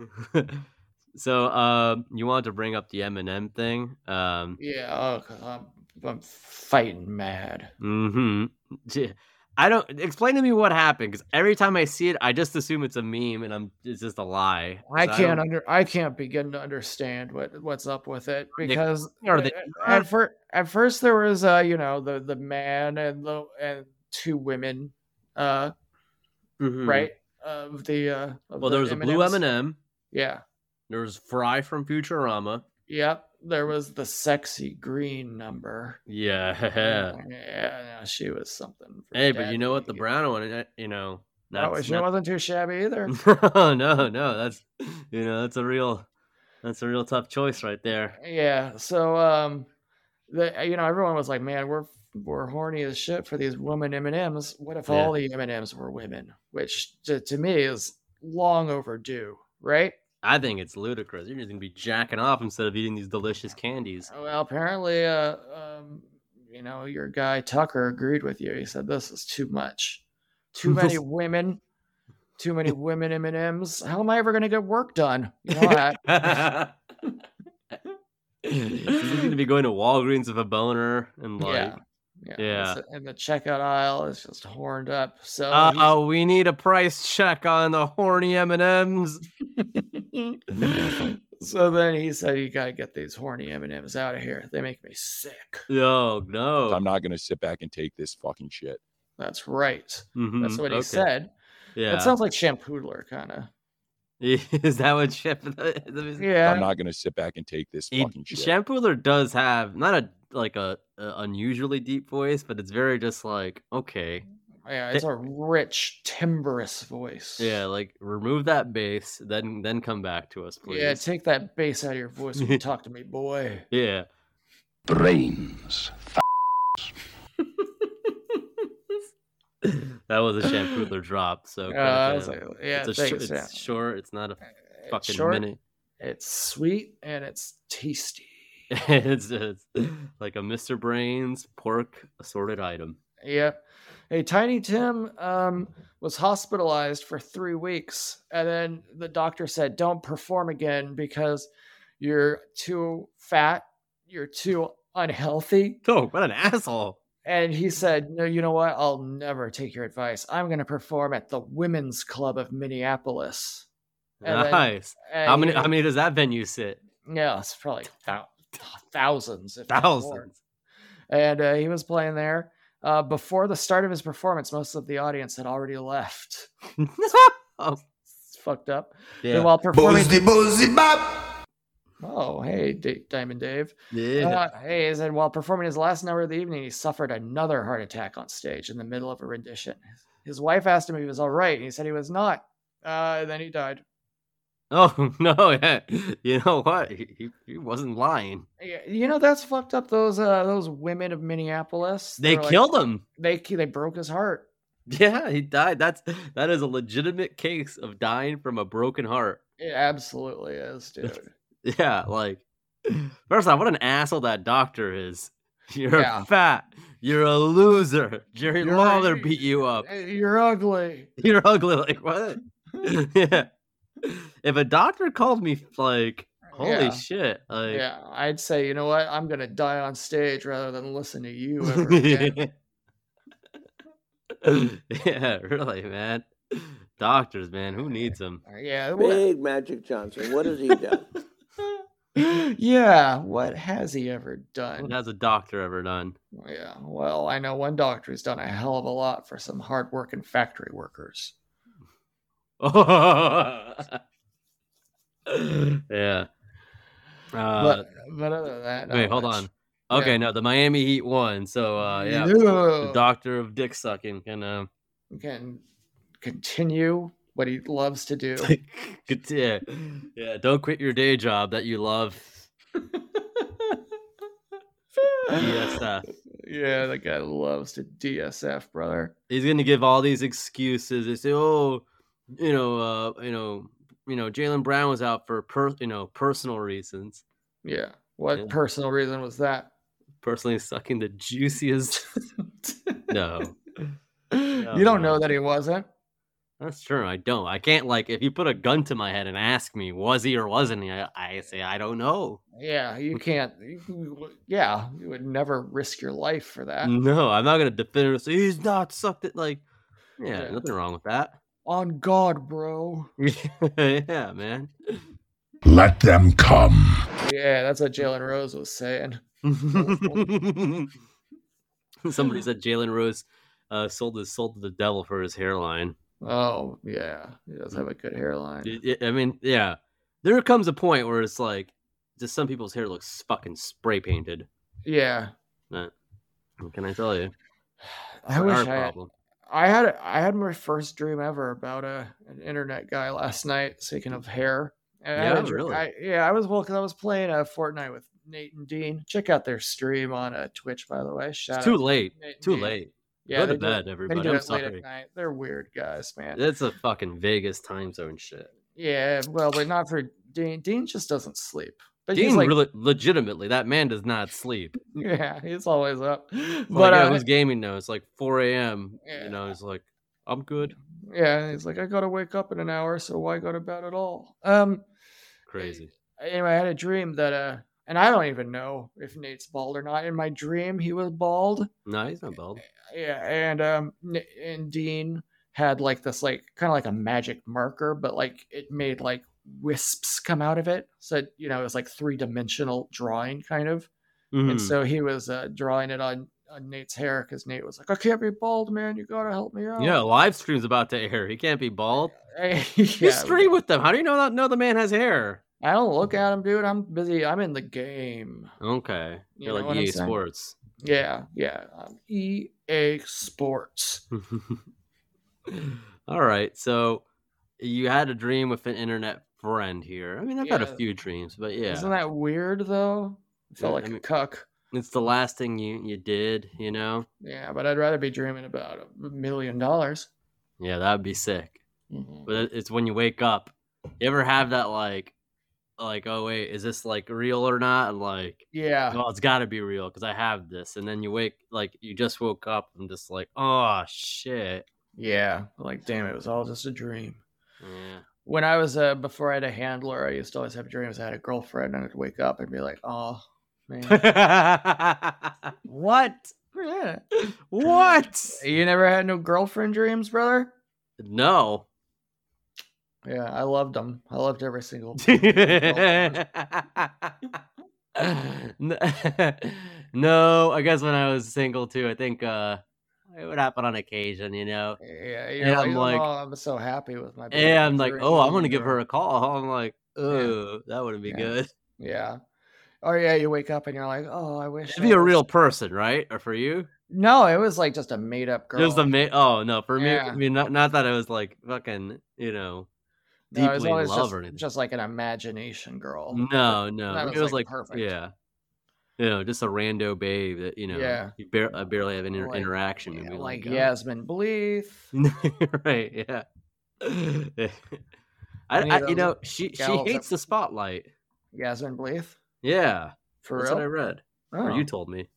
Speaker 3: so um you wanted to bring up the Eminem thing. Um
Speaker 4: Yeah, oh, 'cause I'm, I'm fighting mad.
Speaker 3: mhm. J- I don't explain to me what happened because every time I see it, I just assume it's a meme and I'm it's just a lie.
Speaker 4: I
Speaker 3: So
Speaker 4: can't
Speaker 3: don't-
Speaker 4: under I can't begin to understand what what's up with it
Speaker 3: Nick,
Speaker 4: because
Speaker 3: are they
Speaker 4: at, at, fir- at first there was uh you know the the man and the and two women uh
Speaker 3: Mhm.
Speaker 4: right of the uh of
Speaker 3: Well,
Speaker 4: the
Speaker 3: there was a blue
Speaker 4: M&Ms.
Speaker 3: M&M Eminem.
Speaker 4: yeah
Speaker 3: There was Fry from Futurama.
Speaker 4: yep there was the sexy green number
Speaker 3: Yeah.
Speaker 4: yeah no, she was something for
Speaker 3: Hey, but
Speaker 4: daddy
Speaker 3: you know what? The
Speaker 4: to get.
Speaker 3: brown one, eh, you know,
Speaker 4: that was
Speaker 3: that's
Speaker 4: she wasn't too shabby either
Speaker 3: not- no, no, no. That's you know, that's a real, that's a real tough choice right there.
Speaker 4: Yeah. So um the you know everyone was like, man, we're we're horny as shit for these woman M and M's. What if
Speaker 3: Yeah.
Speaker 4: all the M and M's were women? Which to, to me is long overdue, right?
Speaker 3: I think it's ludicrous. You're just gonna be jacking off instead of eating these delicious candies.
Speaker 4: Well, apparently, uh, um, you know, your guy Tucker agreed with you. He said this is too much, too many women, too many women M and M's. How am I ever gonna get work done? You know that.
Speaker 3: He's gonna be going to Walgreens with a boner and like.
Speaker 4: Yeah. Yeah,
Speaker 3: Yeah.
Speaker 4: it's- and the checkout aisle is just horned up. So
Speaker 3: Uh
Speaker 4: he's-
Speaker 3: oh, we need a price check on the horny M and M's.
Speaker 4: so then he said, "You gotta get these horny M and M's out of here. They make me sick."
Speaker 3: Oh no,
Speaker 8: I'm not going to sit back and take this fucking shit.
Speaker 4: That's right. That's
Speaker 3: Mhm,
Speaker 4: what he
Speaker 3: okay.
Speaker 4: said.
Speaker 3: Yeah,
Speaker 4: That sounds like Shampoodler, kind of.
Speaker 3: is that what Shep? that was-
Speaker 8: I'm
Speaker 4: Yeah,
Speaker 8: not going to sit back and take this
Speaker 3: He-
Speaker 8: fucking shit.
Speaker 3: Shampooler does have not a like a, a unusually deep voice, but it's very just like okay,
Speaker 4: yeah. It's a rich, timbrous voice.
Speaker 3: yeah, like remove that bass, then then come back to us,
Speaker 4: yeah.
Speaker 3: please.
Speaker 4: Take that bass out of your voice when you talk to me, boy.
Speaker 3: Yeah,
Speaker 9: brains.
Speaker 3: that was a shampooler drop. So
Speaker 4: Uh,
Speaker 3: crack
Speaker 4: I
Speaker 3: it
Speaker 4: was
Speaker 3: up.
Speaker 4: like, yeah,
Speaker 3: it's, a sh-
Speaker 4: thanks.
Speaker 3: it's
Speaker 4: yeah. Uh,
Speaker 3: short. It's not a
Speaker 4: It's
Speaker 3: fucking
Speaker 4: short,
Speaker 3: minute.
Speaker 4: It's sweet and it's tasty.
Speaker 3: it's, it's like a Mr. Brains pork assorted item.
Speaker 4: Yep. Hey, Tiny Tim um, was hospitalized for three weeks, and then the doctor said, "Don't perform again because you're too fat, you're too unhealthy."
Speaker 3: Oh, what an asshole!
Speaker 4: And he said, "No, you know what? I'll never take your advice. I'm going to perform at the Women's Club of Minneapolis." And then-
Speaker 3: nice.
Speaker 4: And
Speaker 3: how many?
Speaker 4: you know-
Speaker 3: How many does that venue sit?
Speaker 4: Yeah, it's probably thou- thousands, if not more.
Speaker 3: Thousands.
Speaker 4: And uh, he was playing there. Uh, before the start of his performance, most of the audience had already left. It's fucked up.
Speaker 3: yeah.
Speaker 4: And while performing,
Speaker 6: boozy bop.
Speaker 4: oh hey, D- Diamond Dave,
Speaker 3: yeah.
Speaker 4: Uh, hey, he said while performing his last number of the evening, he suffered another heart attack on stage in the middle of a rendition. His wife asked him if he was all right, and he said he was not. Uh, and then he died.
Speaker 3: Oh no! Yeah. You know what? He, he, he wasn't lying.
Speaker 4: Yeah, You know that's fucked up. Those uh, those women of Minneapolis,
Speaker 3: They
Speaker 4: were like-
Speaker 3: killed him.
Speaker 4: They ki- they broke his heart.
Speaker 3: Yeah, he died. That's that is a legitimate case of dying from a broken heart.
Speaker 4: It absolutely is, dude.
Speaker 3: Yeah, like first off, what an asshole that doctor is. You're
Speaker 4: Yeah.
Speaker 3: fat. You're a loser. Jerry
Speaker 4: You're-
Speaker 3: Lawler beat you up.
Speaker 4: "Hey, You're ugly.
Speaker 3: You're ugly. Like what? yeah. If a doctor called me like, holy
Speaker 4: Yeah.
Speaker 3: shit, like
Speaker 4: Yeah, I'd say you know what? I'm gonna die on stage rather than listen to you ever again.
Speaker 3: yeah, really, man. Doctors, man, who needs them?
Speaker 4: yeah, what-
Speaker 10: Big Magic Johnson. What has he done?
Speaker 4: yeah, what has he ever
Speaker 3: What
Speaker 4: done?
Speaker 3: has a doctor ever done?
Speaker 4: Yeah, well, I know one doctor who's done a hell of a lot for some hardworking factory workers.
Speaker 3: yeah. Uh,
Speaker 4: But, but other than that,
Speaker 3: wait, hold on. Okay,
Speaker 4: yeah.
Speaker 3: no, the Miami Heat won, so uh, yeah, the
Speaker 4: the
Speaker 3: doctor of dick sucking can uh,
Speaker 4: can continue what he loves to do.
Speaker 3: get- yeah, yeah, don't quit your day job that you love. Yes, uh,
Speaker 4: Yeah, that guy loves to DSF, brother.
Speaker 3: he's gonna give all these excuses. They say, oh, you know, uh, you know, you know, Jalen Brown was out for per, you know, personal reasons.
Speaker 4: Yeah. What
Speaker 3: Yeah.
Speaker 4: personal reason was that?
Speaker 3: Personally, sucking the juiciest. no, No,
Speaker 4: you don't
Speaker 3: no.
Speaker 4: know that he wasn't.
Speaker 3: that's true. I don't. I can't like if you put a gun to my head and ask me was he or wasn't he. I, I say I don't know.
Speaker 4: Yeah, you can't. you- Yeah, you would never risk your life for that.
Speaker 3: No, I'm not gonna defend him. Say he's not sucked it. Like, yeah,
Speaker 4: Yeah.
Speaker 3: nothing wrong with that.
Speaker 4: On God, bro.
Speaker 3: yeah, man.
Speaker 9: Let them come.
Speaker 4: Yeah, that's what Jalen Rose was saying.
Speaker 3: Somebody said Jalen Rose uh, sold his soul to the devil for his hairline.
Speaker 4: Oh, yeah. He does have a good hairline.
Speaker 3: It- it- I mean, yeah, there comes a point where it's like, just some people's hair looks fucking spray painted.
Speaker 4: Yeah.
Speaker 3: What can I tell you?
Speaker 4: I wish I had, I had I had my first dream ever about a an internet guy last night, speaking of hair. And I had
Speaker 3: Yeah,
Speaker 4: a dr-
Speaker 3: really?
Speaker 4: I, yeah, I was well because I was playing a Fortnite with Nate and Dean. Check out their stream on uh, Twitch, by the way. Shout
Speaker 3: It's
Speaker 4: out
Speaker 3: too
Speaker 4: to
Speaker 3: late.
Speaker 4: Nate and
Speaker 3: Too
Speaker 4: Dean.
Speaker 3: late.
Speaker 4: Yeah,
Speaker 3: Go to
Speaker 4: they do it-
Speaker 3: bed,
Speaker 4: They
Speaker 3: everybody.
Speaker 4: do
Speaker 3: I'm
Speaker 4: it late at
Speaker 3: sorry.
Speaker 4: night. They're weird guys, man.
Speaker 3: That's a fucking Vegas time zone shit.
Speaker 4: Yeah, well, but not for Dean. Dean just doesn't sleep. But he's
Speaker 3: Dean
Speaker 4: like,
Speaker 3: really, legitimately, that man does not sleep.
Speaker 4: yeah, he's always up. But
Speaker 3: But yeah,
Speaker 4: uh,
Speaker 3: who's gaming now? It's like 4 a.m.
Speaker 4: Yeah.
Speaker 3: You know, he's like, I'm good.
Speaker 4: yeah, and he's like, I gotta wake up in an hour, so why go to bed at all? Um,
Speaker 3: Crazy.
Speaker 4: anyway, I had a dream that uh, and I don't even know if Nate's bald or not. In my dream, he was bald.
Speaker 3: No, he's not bald.
Speaker 4: Yeah, and um, N- and Dean had like this, like kind of like a magic marker, but like it made like wisps come out of it. So you know, it was like three dimensional drawing, kind of.
Speaker 3: Mhm.
Speaker 4: And so he was uh, drawing it on, on Nate's hair because Nate was like, I can't be bald, man. You got to help me out.
Speaker 3: Yeah, live stream's about to air. He can't be bald.
Speaker 4: yeah.
Speaker 3: You stream with them. How do you know not know the man has hair?
Speaker 4: I don't look at him, dude. I'm busy. I'm in the game.
Speaker 3: Okay,
Speaker 4: You
Speaker 3: you're
Speaker 4: know
Speaker 3: like
Speaker 4: what I'm
Speaker 3: EA
Speaker 4: saying?
Speaker 3: Sports.
Speaker 4: Yeah. Yeah. I'm EA Sports.
Speaker 3: All right, so you had a dream with an internet friend here. I mean, I've had a
Speaker 4: Yeah.
Speaker 3: few dreams, but yeah,
Speaker 4: Isn't that weird, though? I felt
Speaker 3: Yeah,
Speaker 4: like
Speaker 3: I mean-
Speaker 4: a cuck.
Speaker 3: It's the last thing you you did, you know?
Speaker 4: Yeah, but I'd rather be dreaming about a million dollars.
Speaker 3: Yeah, that'd be sick.
Speaker 8: Mm-hmm.
Speaker 3: But it- it's when you wake up. You ever have that like like oh wait, is this like real or not? And like
Speaker 4: Yeah.
Speaker 3: well, it's got to be real because I have this. And then you wake like you just woke up and just like, oh shit.
Speaker 4: Yeah. Like, damn, it was all just a dream.
Speaker 3: Yeah.
Speaker 4: When I was, uh, before I had a handler, I used to always have dreams. I had a girlfriend and I'd wake up and be like, oh, man.
Speaker 3: what?
Speaker 4: Yeah.
Speaker 3: What?
Speaker 4: You never had no girlfriend dreams, brother?
Speaker 3: No.
Speaker 4: Yeah, I loved them. I loved every single.
Speaker 3: no, I guess when I was single too, I think uh it would happen on occasion, you know.
Speaker 4: Yeah, you're
Speaker 3: And
Speaker 4: like,
Speaker 3: I'm
Speaker 4: oh,
Speaker 3: like-
Speaker 4: I'm so happy with my.
Speaker 3: And I'm like, oh, I'm gonna
Speaker 4: dream,"
Speaker 3: give
Speaker 4: or-
Speaker 3: her a call. I'm like, oh, that wouldn't be
Speaker 4: Yeah.
Speaker 3: good.
Speaker 4: Yeah. Or yeah, you wake up and you're like, oh, I wish.
Speaker 3: It'd
Speaker 4: I
Speaker 3: be a
Speaker 4: was-
Speaker 3: real person, right? Or for you?
Speaker 4: No, it was like just a made up girl.
Speaker 3: It was the ma- oh no, for me,
Speaker 4: Yeah.
Speaker 3: I mean, not not that I was like fucking, you know,
Speaker 4: No, it was
Speaker 3: deeply in
Speaker 4: always
Speaker 3: love
Speaker 4: just,
Speaker 3: or anything.
Speaker 4: just like an imagination girl.
Speaker 3: No, no,
Speaker 4: that
Speaker 3: it
Speaker 4: was,
Speaker 3: was
Speaker 4: like,
Speaker 3: like,
Speaker 4: perfect.
Speaker 3: yeah, you know, just a rando babe that you know,
Speaker 4: Yeah.
Speaker 3: you bar- I barely have any
Speaker 4: Like,
Speaker 3: interaction.
Speaker 4: Yeah,
Speaker 3: and be
Speaker 4: like
Speaker 3: oh,
Speaker 4: Yasmin Bleeth.
Speaker 3: right? Yeah. I,
Speaker 4: Any
Speaker 3: I
Speaker 4: of those
Speaker 3: you know she she
Speaker 4: gals that-
Speaker 3: hates the spotlight.
Speaker 4: Yasmin Bleeth.
Speaker 3: Yeah,
Speaker 4: For
Speaker 3: that's
Speaker 4: real.
Speaker 3: what I read.
Speaker 4: Oh.
Speaker 3: Or you told me.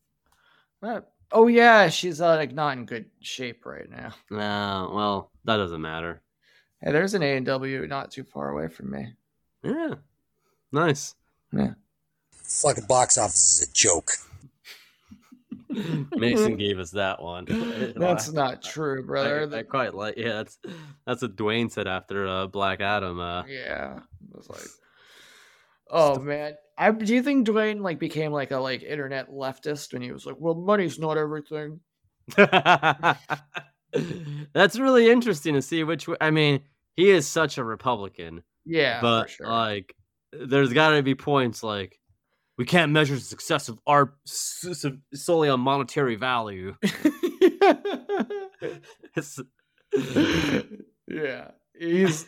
Speaker 4: Uh, oh yeah, she's uh, like not in good shape right now.
Speaker 3: No, well, that doesn't matter.
Speaker 4: Hey, there's an A and W not too far away from me.
Speaker 3: Yeah, nice.
Speaker 5: Fucking box office is a joke.
Speaker 3: Mason gave us that one.
Speaker 4: That's not true, brother.
Speaker 3: uh, I, I
Speaker 4: That-
Speaker 3: quite like. Yeah, that's that's what Dwayne said after uh, Black Adam. Uh,
Speaker 4: yeah, it was like, oh man. I, do you think Dwayne like became like a like internet leftist when he was like, "Well, money's not everything."
Speaker 3: that's really interesting to see which. Way, I mean, he is such a Republican,
Speaker 4: Yeah,
Speaker 3: but
Speaker 4: for sure.
Speaker 3: like, there's got to be points like we can't measure the success of art s- s- solely on monetary value. It's- uh,
Speaker 4: yeah, he's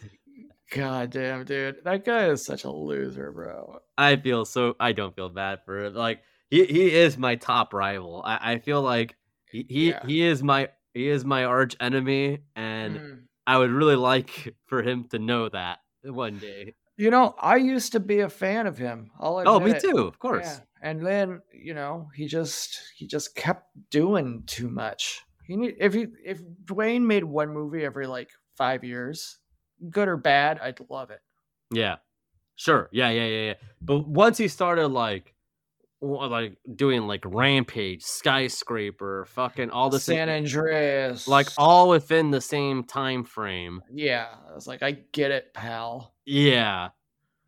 Speaker 4: goddamn dude. That guy is such a loser, bro.
Speaker 3: I feel so. I don't feel bad for it. Like he, he is my top rival. I, I feel like he he,
Speaker 4: Yeah.
Speaker 3: he is my he is my arch enemy, and
Speaker 4: Mm.
Speaker 3: I would really like for him to know that one day.
Speaker 4: you know, I used to be a fan of him. I'll
Speaker 3: Oh, me
Speaker 4: admit it.
Speaker 3: too. Of course.
Speaker 4: Yeah. And then you know he just he just kept doing too much. He need if he if Dwayne made one movie every like five years, good or bad, I'd love it.
Speaker 3: Yeah. Sure. Yeah, yeah, yeah, yeah. But once he started like wa- like doing like rampage, skyscraper, fucking all this
Speaker 4: San Andreas,
Speaker 3: like all within the same time frame.
Speaker 4: yeah, I was like, I get it, pal.
Speaker 3: Yeah.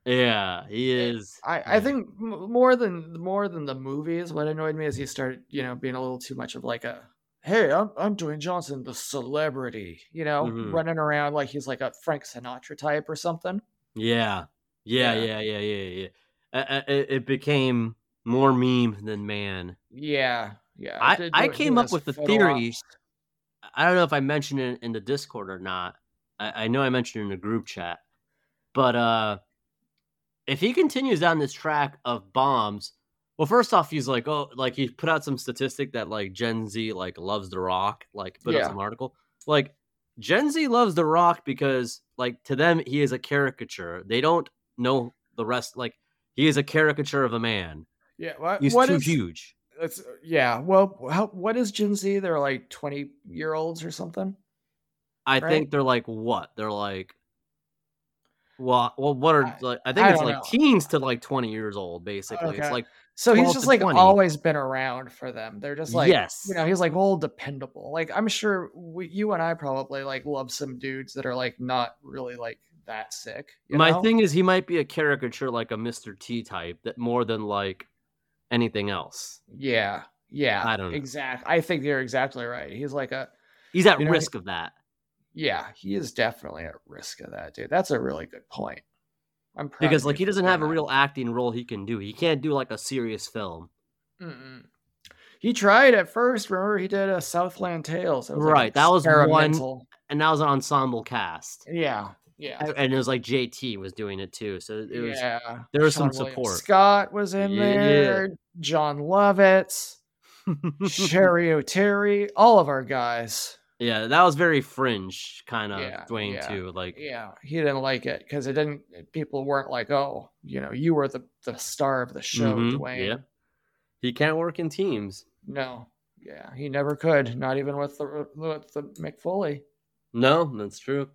Speaker 3: Yeah, he is.
Speaker 4: Eh, I, I
Speaker 3: yeah.
Speaker 4: think m- more than more than the movies, what annoyed me is he started, you know, being a little too much of like a, hey, I'm I'm Dwayne Johnson, the celebrity, you know,
Speaker 3: Mhm.
Speaker 4: running around like he's like a Frank Sinatra type or something.
Speaker 3: Yeah. Yeah,
Speaker 4: Yeah.
Speaker 3: yeah, yeah, yeah, yeah. Uh, it, it became more meme than man.
Speaker 4: Yeah, yeah.
Speaker 3: I-
Speaker 4: did
Speaker 3: I
Speaker 4: do- do
Speaker 3: came up
Speaker 4: this
Speaker 3: with the
Speaker 4: photo
Speaker 3: theory-
Speaker 4: ops.
Speaker 3: I don't know if I mentioned it in the Discord or not. I, I know I mentioned it in the group chat, but uh, if he continues down this track of bombs, well, first off, he's like, oh, like he put out some statistic that like Gen Z like loves The Rock, like put
Speaker 4: Yeah.
Speaker 3: out some article, like Gen Z loves The Rock because like to them he is a caricature. They don't know the rest. Like he is a caricature of a man.
Speaker 4: Yeah, what,
Speaker 3: He's
Speaker 4: what
Speaker 3: too
Speaker 4: is-
Speaker 3: huge.
Speaker 4: It's, yeah, well, how, what is Gen Z? They're like twenty year olds or something.
Speaker 3: I
Speaker 4: right?
Speaker 3: think they're like what? They're like well, well what are
Speaker 4: I-
Speaker 3: like I think
Speaker 4: I
Speaker 3: it's
Speaker 4: don't
Speaker 3: like
Speaker 4: know.
Speaker 3: teens to like 20 years old basically.
Speaker 4: Okay.
Speaker 3: It's like
Speaker 4: So he's
Speaker 3: 12
Speaker 4: just
Speaker 3: to
Speaker 4: like
Speaker 3: 20.
Speaker 4: always been around for them. They're just like,
Speaker 3: yes.
Speaker 4: you know, he's like old dependable. Like I'm sure we, you and I probably like love some dudes that are like not really like that sick. you
Speaker 3: My
Speaker 4: know?
Speaker 3: thing is he might be a caricature like a Mr. T type that more than like anything else.
Speaker 4: yeah, yeah,
Speaker 3: I don't know.
Speaker 4: exactly. I think you're exactly right. He's like a
Speaker 3: He's at
Speaker 4: You know, he-
Speaker 3: risk of that.
Speaker 4: yeah, he is definitely at risk of that, dude. That's a really good point. I'm proud
Speaker 3: Because
Speaker 4: of
Speaker 3: like
Speaker 4: you
Speaker 3: he
Speaker 4: for
Speaker 3: doesn't
Speaker 4: doing
Speaker 3: have a
Speaker 4: that.
Speaker 3: real acting role he can do. He can't do like a serious film.
Speaker 4: Mm-mm. He tried at first. Remember, he did a Southland Tales. It was, like,
Speaker 3: Right, that was one-
Speaker 4: experimental.
Speaker 3: And that was an ensemble cast.
Speaker 4: Yeah, Yeah.
Speaker 3: and it was like JT was doing it too. So it was
Speaker 4: yeah.
Speaker 3: there was some
Speaker 4: William
Speaker 3: support.
Speaker 4: Scott was in
Speaker 3: Yeah, yeah.
Speaker 4: there. John Lovitz, Sherry O'Terry, all of our guys.
Speaker 3: yeah, that was very fringe kind of
Speaker 4: Yeah,
Speaker 3: Dwayne
Speaker 4: yeah,
Speaker 3: too. Like
Speaker 4: Yeah, he didn't like it because it didn't. People weren't like, "Oh, you know, you were the the star of the show,
Speaker 3: mhm,
Speaker 4: Dwayne."
Speaker 3: yeah. He can't work in teams.
Speaker 4: No, yeah, he never could. Not even with the with the McFoley.
Speaker 3: No, that's true.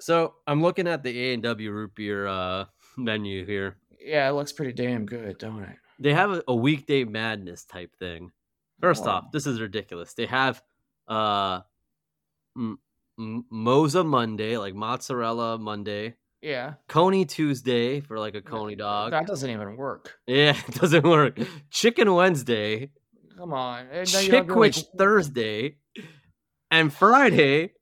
Speaker 3: So I'm looking at the A and W root beer uh, menu here.
Speaker 4: Yeah, it looks pretty damn good, don't it?
Speaker 3: they have a, a weekday madness type thing. First
Speaker 4: Oh.
Speaker 3: off, this is ridiculous. They have uh m- m- Moza Monday, like mozzarella Monday,
Speaker 4: Yeah,
Speaker 3: Coney Tuesday for like a Coney dog.
Speaker 4: that doesn't even work.
Speaker 3: yeah, it doesn't work. Chicken Wednesday,
Speaker 4: Come on, eh, now you're not going-
Speaker 3: Chickwich Thursday, and Friday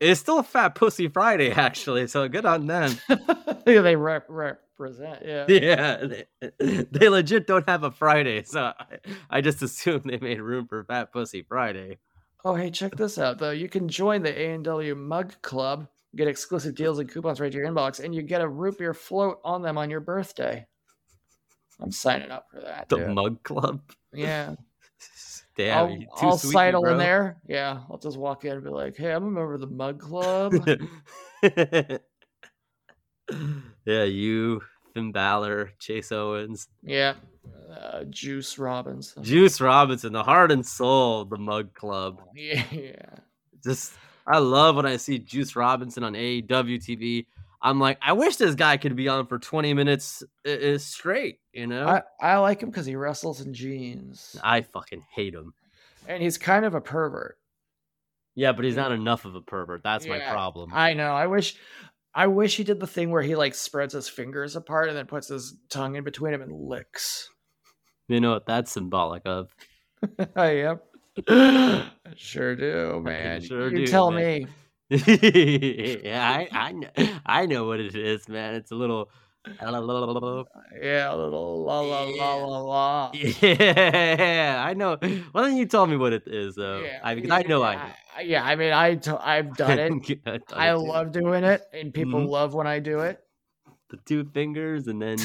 Speaker 3: is still Fat Pussy Friday actually. So good on them.
Speaker 4: Yeah, they rep- represent. Yeah.
Speaker 3: yeah, they, they legit don't have a Friday, so I, I just assumed they made room for Fat Pussy Friday.
Speaker 4: Oh, hey, check this out though. You can join the A and W Mug Club, get exclusive deals and coupons right to your inbox, and you get a root beer float on them on your birthday. I'm signing up for that.
Speaker 3: The
Speaker 4: dude.
Speaker 3: Mug Club.
Speaker 4: Yeah,
Speaker 3: Damn,
Speaker 4: I'll,
Speaker 3: you too
Speaker 4: I'll
Speaker 3: sweet,
Speaker 4: sidle
Speaker 3: bro.
Speaker 4: in there. Yeah, I'll just walk in and be like, "Hey, I'm a member of the Mug Club."
Speaker 3: yeah, you, Finn Balor, Chase Owens,
Speaker 4: yeah, uh, Juice Robinson.
Speaker 3: Juice Robinson, the heart and soul of the Mug Club.
Speaker 4: yeah, yeah.
Speaker 3: Just, I love when I see Juice Robinson on E AEW TV. I'm like, I wish this guy could be on for 20 minutes i- i- straight. You know,
Speaker 4: I, I like him because he wrestles in jeans,
Speaker 3: I fucking hate him.
Speaker 4: and he's kind of a pervert.
Speaker 3: Yeah, but he's not enough of a pervert. That's my
Speaker 4: Yeah,
Speaker 3: problem.
Speaker 4: I know. I wish I wish he did the thing where he like spreads his fingers apart and then puts his tongue in between him and licks.
Speaker 3: you know what that's symbolic of?
Speaker 4: I am. I sure do, man.
Speaker 3: sure
Speaker 4: you
Speaker 3: do,
Speaker 4: tell
Speaker 3: man.
Speaker 4: me.
Speaker 3: yeah, I, I, kn- I know what it is, man. It's a little.
Speaker 4: Yeah, little la la la la la.
Speaker 3: Yeah, I know. Why don't you tell me what it is, though? I, because I know I.
Speaker 4: I yeah, I mean, I t- I've done it.
Speaker 3: know. I've done
Speaker 4: I
Speaker 3: it, too.
Speaker 4: love doing it, and people
Speaker 3: Mhm.
Speaker 4: love when I do it.
Speaker 3: the two fingers, and then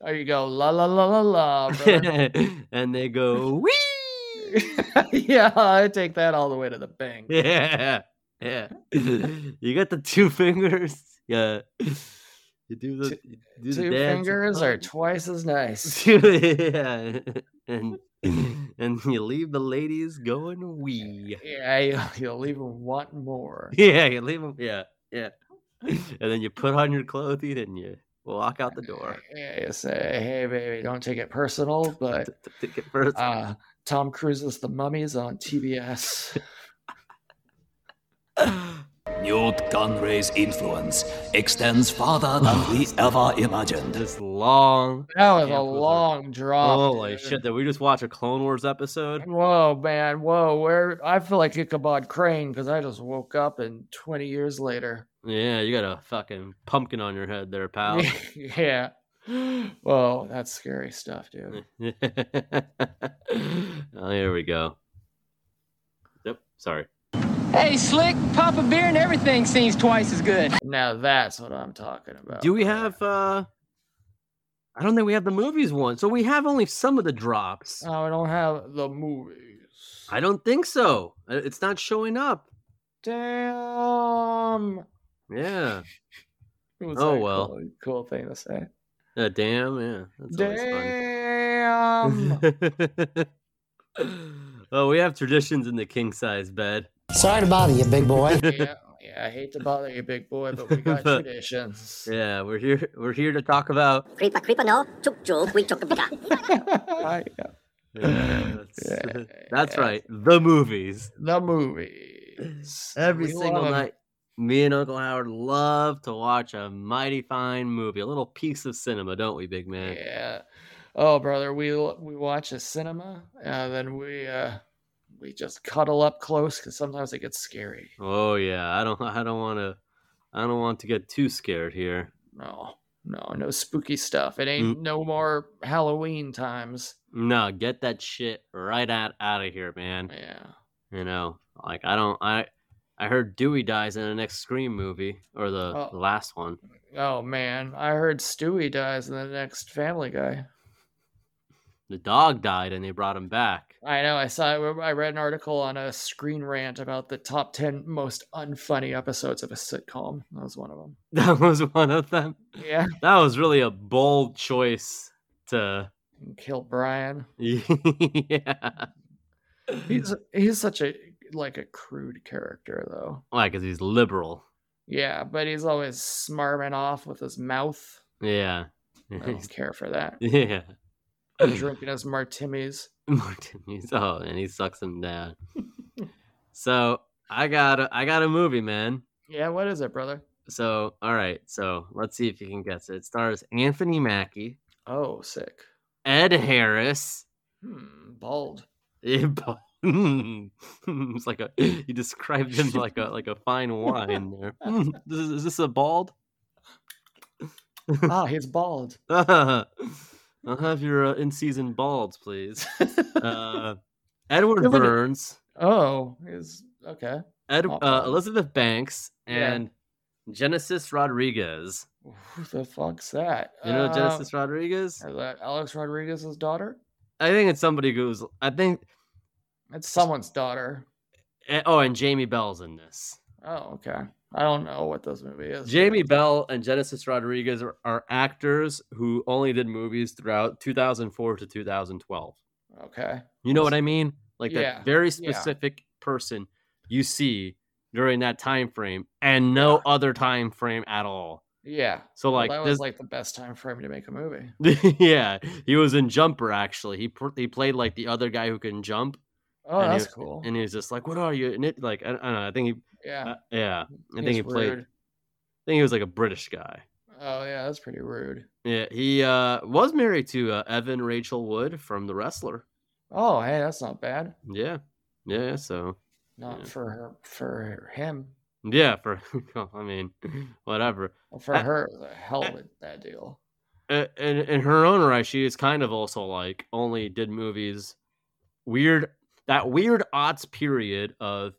Speaker 4: There you go, la la la la la. brother.
Speaker 3: and they go wee.
Speaker 4: yeah, I take that all the way to the bank.
Speaker 3: Yeah, yeah. you got the two fingers. Yeah, you do the
Speaker 4: Two-
Speaker 3: you do the
Speaker 4: Two
Speaker 3: dance.
Speaker 4: fingers are twice as nice.
Speaker 3: yeah, and and you leave the ladies going wee.
Speaker 4: Yeah, you'll, you'll even want more.
Speaker 3: Yeah, you leave them. Yeah, yeah. and then you put on your clothing and you walk out the door.
Speaker 4: Yeah, you say, hey, baby, don't take it personal, but
Speaker 3: T- t- Take it first.
Speaker 4: uh, Tom Cruise's The Mummies on TBS.
Speaker 11: Newt Gungray's influence extends farther than we ever imagined.
Speaker 3: this long.
Speaker 4: That was a
Speaker 3: Camp was a-
Speaker 4: long drop.
Speaker 3: Holy
Speaker 4: Oh, dude.
Speaker 3: shit! Did we just watch a Clone Wars episode?
Speaker 4: Whoa, man. Whoa, where? I feel like Ichabod Crane because I just woke up and 20 years later.
Speaker 3: Yeah, you got a fucking pumpkin on your head there, pal.
Speaker 4: yeah. Whoa, that's scary stuff, dude.
Speaker 3: oh, here we go. Yep. Sorry.
Speaker 12: Hey, Slick, pop a beer and everything seems twice as good.
Speaker 4: Now that's what I'm talking about.
Speaker 3: Do we
Speaker 4: brother.
Speaker 3: have? uh I don't think we have the movies one, so we have only some of the drops.
Speaker 4: Oh, I don't have the movies.
Speaker 3: I don't think so. Uh, It's not showing up.
Speaker 4: Damn.
Speaker 3: Yeah.
Speaker 4: It was
Speaker 3: Oh,
Speaker 4: a
Speaker 3: well.
Speaker 4: Cool, cool thing to say.
Speaker 3: Uh, damn. Yeah. That's always fun.
Speaker 4: Damn.
Speaker 3: oh, we have traditions in the king size bed.
Speaker 13: Sorry to bother you, big boy.
Speaker 4: yeah, yeah, I hate to bother you, big boy, but we got
Speaker 3: But-
Speaker 4: traditions.
Speaker 3: Yeah, we're here. We're here to talk about.
Speaker 14: Creeper, creeper, no. Chuk, chuk, we chuk, bika.
Speaker 4: Yeah.
Speaker 3: Yeah, that's, that's right. The movies.
Speaker 4: The movies.
Speaker 3: Every
Speaker 4: We
Speaker 3: single
Speaker 4: love 'em.
Speaker 3: night, me and Uncle Howard love to watch a mighty fine movie, a little piece of cinema, don't we, big man?
Speaker 4: Yeah. Oh, brother, we l- we watch a cinema, and then we uh we just cuddle up close because sometimes it gets scary.
Speaker 3: Oh yeah, I don't, I don't want to, I don't want to get too scared here.
Speaker 4: No, no, no spooky stuff. It ain't no more Halloween times.
Speaker 3: No, get that shit right out out of here, man.
Speaker 4: Yeah.
Speaker 3: You know, like I don't, I, I heard Dewey dies in the next Scream movie or the,
Speaker 4: Oh.
Speaker 3: the last one.
Speaker 4: Oh man, I heard Stewie dies in the next Family Guy.
Speaker 3: The dog died and they brought him back.
Speaker 4: I know. I saw. I read an article on a Screen Rant about the top ten most unfunny episodes of a sitcom. That was one of them.
Speaker 3: That was one of them.
Speaker 4: Yeah.
Speaker 3: That was really a bold choice to
Speaker 4: Kill Brian.
Speaker 3: yeah.
Speaker 4: He's he's such a like a crude character though.
Speaker 3: Why? Because he's liberal.
Speaker 4: Yeah, but he's always smarming off with his mouth.
Speaker 3: Yeah.
Speaker 4: I don't care for that.
Speaker 3: yeah.
Speaker 4: Drinking his martinis.
Speaker 3: Martinis. Oh, and he sucks him down. so I got a, I got a movie, man.
Speaker 4: Yeah, what is it, brother?
Speaker 3: So all right, so let's see if you can guess it. It stars Anthony Mackie,
Speaker 4: Oh, sick.
Speaker 3: Ed Harris.
Speaker 4: Hmm, bald.
Speaker 3: it's like a you described him like a like a fine wine there. Hmm, this is, is this a bald?
Speaker 4: ah, he's bald.
Speaker 3: I'll have your uh, in season balds, please. Uh, Edward
Speaker 4: You're looking-
Speaker 3: Burns.
Speaker 4: Oh, he's okay.
Speaker 3: Ed,
Speaker 4: Not
Speaker 3: uh,
Speaker 4: bad.
Speaker 3: Elizabeth Banks
Speaker 4: Yeah.
Speaker 3: and Genesis Rodriguez.
Speaker 4: Who the fuck's that?
Speaker 3: You know
Speaker 4: Uh,
Speaker 3: Genesis Rodriguez?
Speaker 4: Is that Alex Rodriguez's daughter?
Speaker 3: I think it's somebody who's. I think.
Speaker 4: It's someone's daughter.
Speaker 3: eh, Oh, and Jamie Bell's in this.
Speaker 4: Oh, okay. I don't know what this movie is.
Speaker 3: Jamie Bell and Genesis Rodriguez are, are actors who only did movies throughout 2004 to 2012.
Speaker 4: Okay.
Speaker 3: You know what I mean? Like
Speaker 4: Yeah,
Speaker 3: that very
Speaker 4: yeah.
Speaker 3: specific person you see during that time frame, and no other time frame at all.
Speaker 4: Yeah.
Speaker 3: So
Speaker 4: Well,
Speaker 3: like
Speaker 4: that
Speaker 3: this,
Speaker 4: was like the best time frame to make a movie.
Speaker 3: yeah, he was in Jumper actually. He pr- he played like the other guy who can jump.
Speaker 4: Oh,
Speaker 3: and he
Speaker 4: that's
Speaker 3: was-
Speaker 4: cool.
Speaker 3: And he was just like, "What are you?" And it like I, I don't know. I think he
Speaker 4: Yeah.
Speaker 3: uh, yeah. I think
Speaker 4: He's
Speaker 3: he played.
Speaker 4: rude.
Speaker 3: I think he was like a British guy.
Speaker 4: Oh yeah, that's pretty rude.
Speaker 3: Yeah, he uh, was married to uh, Evan Rachel Wood from The Wrestler.
Speaker 4: Oh hey, that's not bad.
Speaker 3: Yeah, yeah. So
Speaker 4: Not for her, for him,
Speaker 3: yeah, for I mean, whatever.
Speaker 4: Well, for
Speaker 3: I-
Speaker 4: her. It was a hell of a bad deal.
Speaker 3: in, in her own right, she is kind of also like only did movies weird that weird odds period of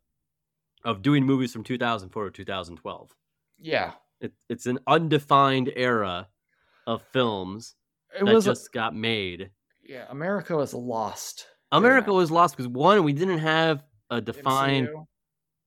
Speaker 3: of doing movies from 2004 to 2012.
Speaker 4: Yeah,
Speaker 3: It, it's an undefined era of films
Speaker 4: it
Speaker 3: that
Speaker 4: was.
Speaker 3: just got made.
Speaker 4: yeah, America was lost.
Speaker 3: America was lost because one, we didn't have a defined.
Speaker 4: MCU.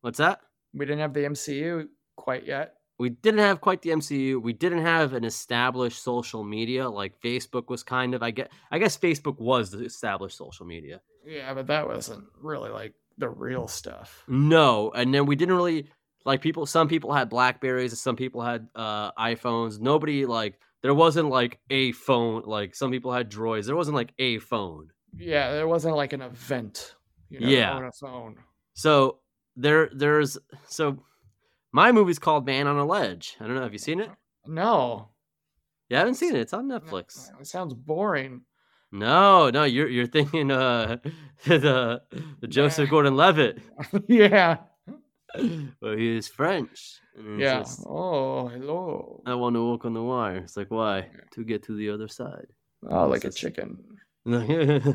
Speaker 3: What's that?
Speaker 4: We didn't have the MCU quite yet.
Speaker 3: we didn't have quite the MCU. We didn't have an established social media like Facebook was kind of. I get. I guess Facebook was the established social media.
Speaker 4: Yeah, but that wasn't really like the real stuff.
Speaker 3: No, and then we didn't really like people. Some people had Blackberries, and some people had uh, iPhones. Nobody like there wasn't like a phone. Like some people had droids. There wasn't like a phone.
Speaker 4: Yeah, there wasn't like an event. You know,
Speaker 3: Yeah.
Speaker 4: on its own.
Speaker 3: So there, there's so my movie's called Man on a Ledge. I don't know. Have you seen it?
Speaker 4: No,
Speaker 3: Yeah, I haven't seen it. It's on Netflix.
Speaker 4: it sounds boring.
Speaker 3: No, no, you're you're thinking uh the the Joseph Gordon Levitt.
Speaker 4: yeah,
Speaker 3: Well he is French. and it's
Speaker 4: yeah.
Speaker 3: just,
Speaker 4: Oh, hello.
Speaker 3: I want to walk on the wire. It's like why? To get to the other side.
Speaker 4: Oh, like a
Speaker 3: It's
Speaker 4: chicken.
Speaker 3: just-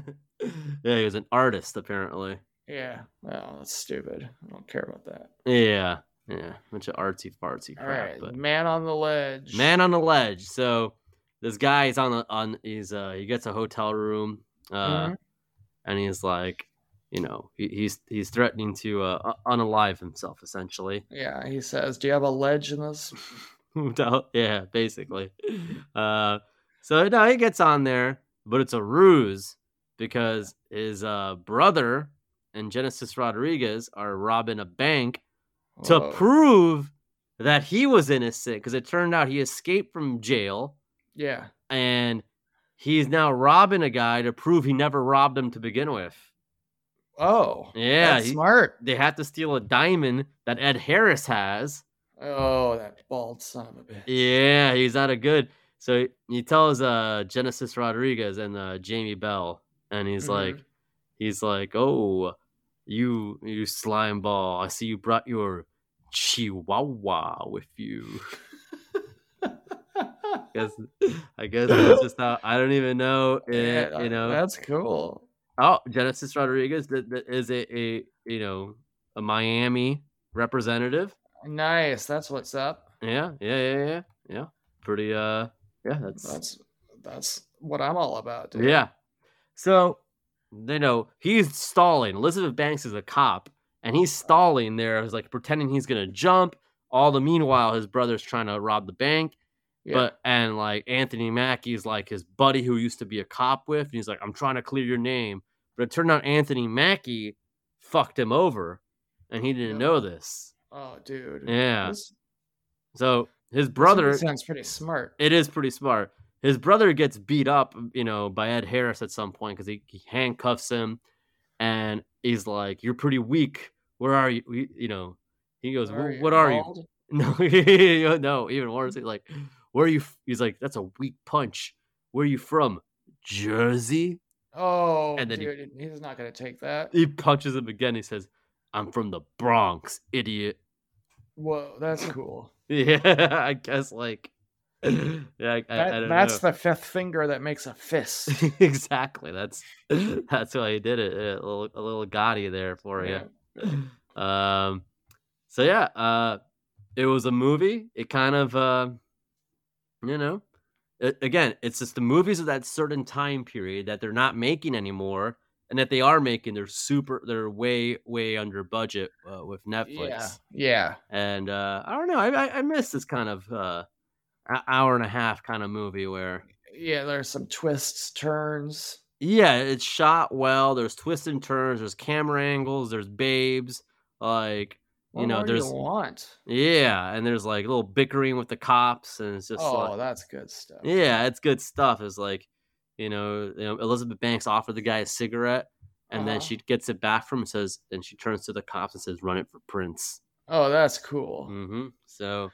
Speaker 3: yeah, he was an artist apparently.
Speaker 4: Yeah. Oh, that's stupid. I don't care about that.
Speaker 3: Yeah. Yeah. Bunch of artsy fartsy
Speaker 4: All
Speaker 3: crap.
Speaker 4: right,
Speaker 3: But
Speaker 4: man on the ledge.
Speaker 3: man on the ledge. So this guy is on the on he's uh he gets a hotel room uh
Speaker 4: Mhm.
Speaker 3: and he's like you know he, he's he's threatening to uh un- unalive himself essentially
Speaker 4: Yeah, he says, "Do you have a ledge in this?"
Speaker 3: Without- yeah, basically. Uh, so no, he gets on there, but it's a ruse because his uh, brother and Genesis Rodriguez are robbing a bank to
Speaker 4: Whoa.
Speaker 3: prove that he was innocent. Because it turned out he escaped from jail
Speaker 4: Yeah.
Speaker 3: and he's now robbing a guy to prove he never robbed him to begin with.
Speaker 4: Oh.
Speaker 3: Yeah,
Speaker 4: that's
Speaker 3: he-
Speaker 4: smart.
Speaker 3: They had to steal a diamond that Ed Harris has.
Speaker 4: Oh, that bald son of a bitch.
Speaker 3: Yeah, he's not a good. So he tells uh Genesis Rodriguez and uh Jamie Bell, and he's like, he's like, oh, you you slime ball, I see you brought your chihuahua with you. guess, I guess that's just how I don't even know. It,
Speaker 4: Yeah,
Speaker 3: you know,
Speaker 4: that's cool.
Speaker 3: oh Genesis Rodriguez that, that is a, a you know a Miami representative.
Speaker 4: Nice. That's what's up.
Speaker 3: Yeah, yeah, yeah, yeah, yeah. Pretty. Uh, yeah, that's
Speaker 4: that's that's what I'm all about. Dude.
Speaker 3: yeah. So they know he's stalling. Elizabeth Banks is a cop, and he's stalling there. He's like pretending he's gonna jump. All the meanwhile, his brother's trying to rob the bank.
Speaker 4: Yeah.
Speaker 3: But and like Anthony Mackie's like his buddy who used to be a cop with, and he's like, I'm trying to clear your name. But it turned out Anthony Mackie fucked him over, and he didn't know this.
Speaker 4: Oh, dude.
Speaker 3: Yeah.
Speaker 4: This-
Speaker 3: So his
Speaker 4: this movie
Speaker 3: brother
Speaker 4: sounds pretty smart.
Speaker 3: it is pretty smart. His brother gets beat up, you know, by Ed Harris at some point because he, he handcuffs him, and he's like, "You're pretty weak. Where are you? You, you know." He goes,
Speaker 4: Where are
Speaker 3: "Wh-
Speaker 4: you,
Speaker 3: "What are
Speaker 4: bald?"
Speaker 3: you?" No, no, even worse. He's like, "Where are you?" f-" He's like, "That's a weak punch. Where are you from? Jersey?"
Speaker 4: Oh,
Speaker 3: And then he-
Speaker 4: dude, he's not gonna take that.
Speaker 3: He punches him again. He says, "I'm from the Bronx, idiot."
Speaker 4: Whoa, that's cool.
Speaker 3: Yeah, I guess like, yeah, I, I-
Speaker 4: That,
Speaker 3: I don't know.
Speaker 4: that's the fifth finger that makes a fist.
Speaker 3: exactly. That's that's why he did it. A little, a little Gotti there for you. Um, so yeah, uh, it was a movie. It kind of, uh, you know, a- again, it's just the movies of that certain time period that they're not making anymore, and that they are making, they're super, they're way, way under budget uh, with Netflix
Speaker 4: Yeah. Yeah.
Speaker 3: and uh, I don't know. I, I, I miss this kind of uh, a- hour and a half kind of movie where
Speaker 4: Yeah, there's some twists, turns.
Speaker 3: yeah, it's shot well. There's twists and turns. There's camera angles. There's babes. Like
Speaker 4: What
Speaker 3: you know,
Speaker 4: more do
Speaker 3: there's
Speaker 4: want.
Speaker 3: yeah, and there's like little bickering with the cops, and it's just
Speaker 4: oh,
Speaker 3: like
Speaker 4: that's good stuff.
Speaker 3: yeah, it's good stuff. It's like you know, you know, Elizabeth Banks offered the guy a cigarette. And then
Speaker 4: Uh-huh.
Speaker 3: she gets it back from him, says, and she turns to the cops and says, "Run it for Prince."
Speaker 4: Oh, that's cool.
Speaker 3: hmm So,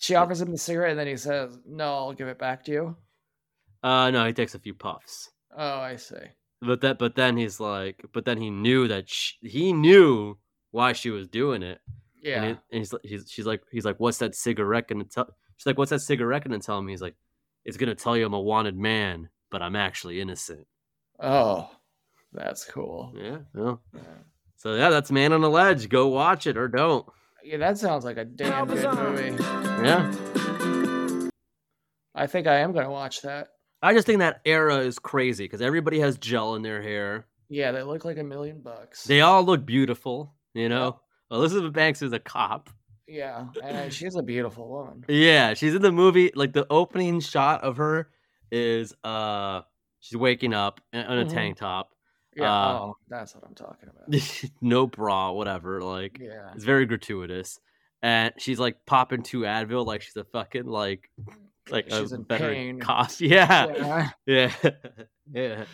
Speaker 4: She offers him the cigarette and then he says, No, I'll give it back to you.
Speaker 3: uh, no, he takes a few puffs.
Speaker 4: Oh, I see.
Speaker 3: But that, but then he's like, but then he knew that sh he knew why she was doing it.
Speaker 4: Yeah.
Speaker 3: And, he- and he's, li- he's, she's like, he's like, what's that cigarette gonna tell? She's like, what's that cigarette gonna tell me? He's like, it's gonna tell you I'm a wanted man, but I'm actually innocent.
Speaker 4: Oh, that's cool.
Speaker 3: Yeah. Well, so yeah, that's Man on the Ledge. Go watch it or don't.
Speaker 4: Yeah, that sounds like a damn good movie.
Speaker 3: Yeah.
Speaker 4: I think I am going to watch that.
Speaker 3: I just think that era is crazy because everybody has gel in their hair.
Speaker 4: Yeah, they look like a million bucks.
Speaker 3: They all look beautiful. You know, Elizabeth Banks is a cop.
Speaker 4: Yeah, and she's a beautiful woman.
Speaker 3: Yeah, she's in the movie. Like the opening shot of her is uh she's waking up in in a
Speaker 4: Mhm.
Speaker 3: tank top,
Speaker 4: Yeah,
Speaker 3: Uh,
Speaker 4: oh, that's what I'm talking about.
Speaker 3: no bra, whatever. Like
Speaker 4: Yeah.
Speaker 3: it's very gratuitous. And she's like popping two Advil like she's a fucking like like
Speaker 4: She's
Speaker 3: a
Speaker 4: in
Speaker 3: better
Speaker 4: pain.
Speaker 3: cough. Yeah.
Speaker 4: Yeah.
Speaker 3: Yeah. yeah.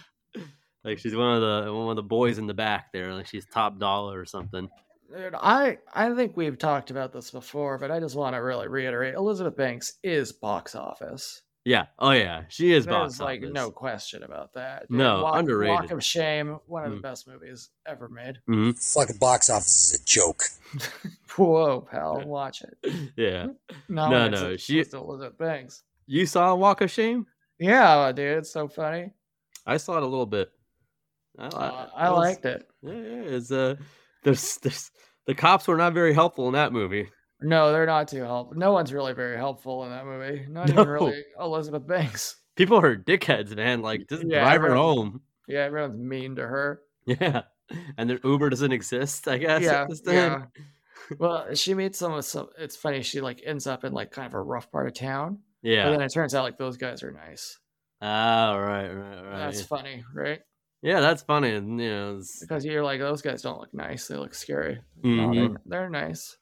Speaker 3: Like she's one of the one of the boys in the back there. Like she's top dollar or something.
Speaker 4: Dude, I I think we've talked about this before, but I just want to really reiterate: Elizabeth Banks is box office.
Speaker 3: Yeah. Oh yeah. She is boss.
Speaker 4: There's like no question about that.
Speaker 3: No,
Speaker 4: Walk,
Speaker 3: underrated.
Speaker 4: Walk of Shame, one of the
Speaker 3: Mm.
Speaker 4: best movies ever made.
Speaker 3: Mm-hmm.
Speaker 5: Fucking box office is a joke.
Speaker 4: Whoa, pal, watch it.
Speaker 3: Yeah.
Speaker 4: Not
Speaker 3: No,
Speaker 4: when it's
Speaker 3: no,
Speaker 4: just
Speaker 3: she-
Speaker 4: Elizabeth Banks.
Speaker 3: You saw Walk of Shame?
Speaker 4: Yeah, dude, it's so funny.
Speaker 3: I saw it a little bit. I, li-
Speaker 4: Uh, I
Speaker 3: it was-
Speaker 4: liked it.
Speaker 3: Yeah, yeah, it's uh, there's, there's the cops were not very helpful in that movie.
Speaker 4: No, they're not too helpful. No one's really very helpful in that movie. Not
Speaker 3: No.
Speaker 4: even really Elizabeth Banks.
Speaker 3: People are dickheads, man. Like just
Speaker 4: Yeah,
Speaker 3: drive her
Speaker 4: everyone-
Speaker 3: home.
Speaker 4: Yeah, everyone's mean to her.
Speaker 3: Yeah, and their Uber doesn't exist. I guess.
Speaker 4: yeah,
Speaker 3: at this time.
Speaker 4: yeah. well, she meets some. Some. It's funny. She like ends up in like kind of a rough part of town. But
Speaker 3: yeah.
Speaker 4: then it turns out like those guys are nice.
Speaker 3: Ah, right, right, right.
Speaker 4: That's funny, right?
Speaker 3: yeah, that's funny. and, You know, it's-
Speaker 4: Because you're like those guys don't look nice. They look scary. No,
Speaker 3: Mhm.
Speaker 4: they're, they're nice.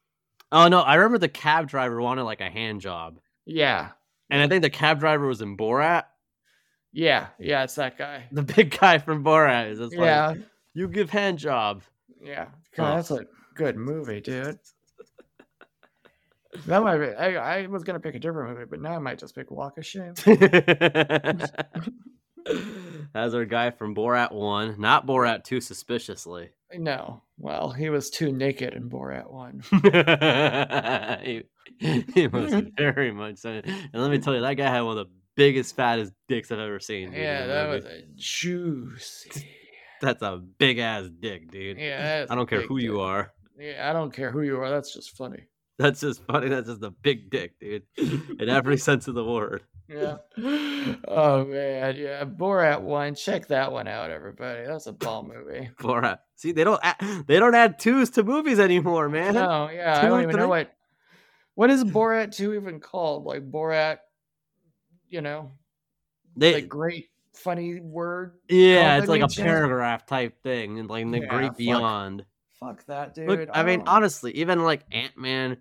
Speaker 3: Oh no, I remember the cab driver wanted like a hand job,
Speaker 4: Yeah,
Speaker 3: and I think the cab driver was in Borat.
Speaker 4: yeah, yeah. It's that guy.
Speaker 3: The big guy from Borat is just like,
Speaker 4: Yeah,
Speaker 3: you give hand job.
Speaker 4: yeah. God,
Speaker 3: Oh.
Speaker 4: that's a good movie, dude. That might be. I, I was gonna pick a different movie, but now I might just pick Walk of Shame.
Speaker 3: That's our guy from Borat 1, not Borat 2, suspiciously.
Speaker 4: No, well, he was too naked in Borat one.
Speaker 3: he, he was very much so. And let me tell you, that guy had one of the biggest, fattest dicks I've ever seen. dude, in
Speaker 4: Yeah,
Speaker 3: a
Speaker 4: that
Speaker 3: movie.
Speaker 4: was a juicy.
Speaker 3: That's a big ass dick, dude.
Speaker 4: Yeah,
Speaker 3: I don't care who you are.
Speaker 4: Yeah, I don't care who you are. That's just funny.
Speaker 3: That's just funny. That's just a big dick, dude, in every sense of the word.
Speaker 4: Yeah. Oh man, yeah. Borat one. Check that one out, everybody. That's a bomb movie.
Speaker 3: Borat. See, they don't add, they don't add twos to movies anymore, man.
Speaker 4: No, yeah.
Speaker 3: Two
Speaker 4: I don't
Speaker 3: or
Speaker 4: even know
Speaker 3: three?
Speaker 4: what. What is Borat two even called? Like Borat, you know,
Speaker 3: They-
Speaker 4: the great funny word.
Speaker 3: yeah, it's like
Speaker 4: company
Speaker 3: a
Speaker 4: thing?
Speaker 3: paragraph type thing, and like in the
Speaker 4: Yeah,
Speaker 3: great
Speaker 4: fuck.
Speaker 3: beyond.
Speaker 4: Fuck that, dude. Oh.
Speaker 3: Look, I mean,
Speaker 4: don't-
Speaker 3: honestly, even like Ant Man,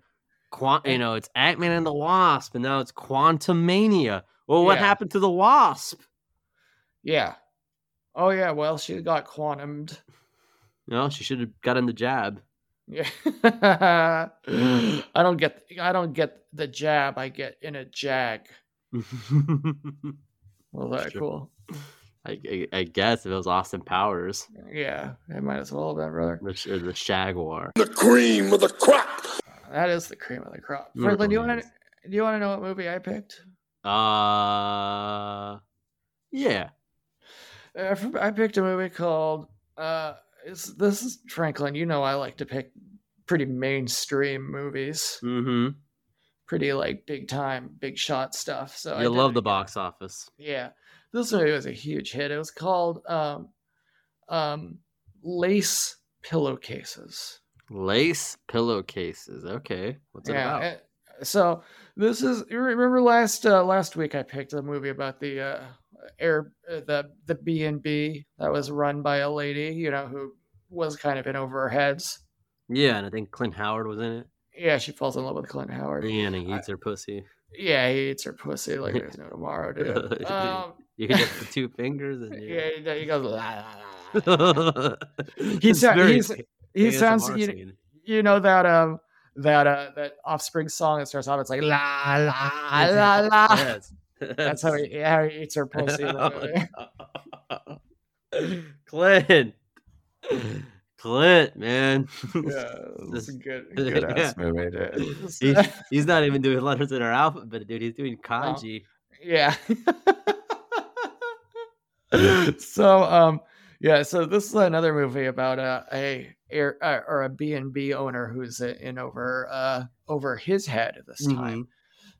Speaker 3: Quan- you know, it's Ant Man and the Wasp, and now it's Quantum Mania. Well, what
Speaker 4: Yeah.
Speaker 3: happened to the Wasp?
Speaker 4: yeah. Oh yeah. Well, she got quantumed.
Speaker 3: No, she should have gotten the jab.
Speaker 4: Yeah. I don't get I don't get the jab I get in a jag. Well that
Speaker 3: Sure.
Speaker 4: cool.
Speaker 3: I, I, I guess if it was Austin Powers,
Speaker 4: Yeah, I might as well have been, brother.
Speaker 3: the, sh- or the Shaguar.
Speaker 6: Cream with a crop.
Speaker 4: That is the cream of the crop.
Speaker 3: It
Speaker 4: Franklin, do you
Speaker 3: really
Speaker 4: want to do you want to know what movie I picked?
Speaker 3: Uh, yeah.
Speaker 4: Uh, fr- I picked a movie called uh it's, this is Franklin. You know I like to pick pretty mainstream movies,
Speaker 3: Mm-hmm.
Speaker 4: pretty like big time, big shot stuff. So I
Speaker 3: you
Speaker 4: did
Speaker 3: love
Speaker 4: it
Speaker 3: the box office.
Speaker 4: Yeah. This movie was a huge hit. It was called um, um, Lace Pillowcases.
Speaker 3: Lace pillowcases. Okay, what's it about?
Speaker 4: it- uh, so this is you remember last uh, last week I picked a movie about the uh, air uh, the the B and B that was run by a lady you know who was kind of in over her heads.
Speaker 3: yeah, and I think Clint Howard was in it.
Speaker 4: Yeah, she falls in love with Clint Howard.
Speaker 3: And he eats her pussy.
Speaker 4: Yeah, he eats her pussy like there's no tomorrow, dude. Um,
Speaker 3: you hit it with two fingers, and you...
Speaker 4: yeah, he goes. "La, la, la, la."
Speaker 3: he
Speaker 4: sa- he's- he sounds- e you-
Speaker 3: Scene.
Speaker 4: you know that um that uh that offspring song that starts off it's like la la la la
Speaker 3: Yes.
Speaker 4: Ah,
Speaker 3: Oh,
Speaker 4: that's how he, how he eats her pussy in that movie.
Speaker 3: Clint. Clint, man.
Speaker 4: yeah it's a good good ass movie dude.
Speaker 3: He- he's not even doing letters in our alphabet, dude. He's doing kanji.
Speaker 4: yeah so um yeah so this is another movie about uh, a air uh, or a b&b owner who's in over uh over his head this time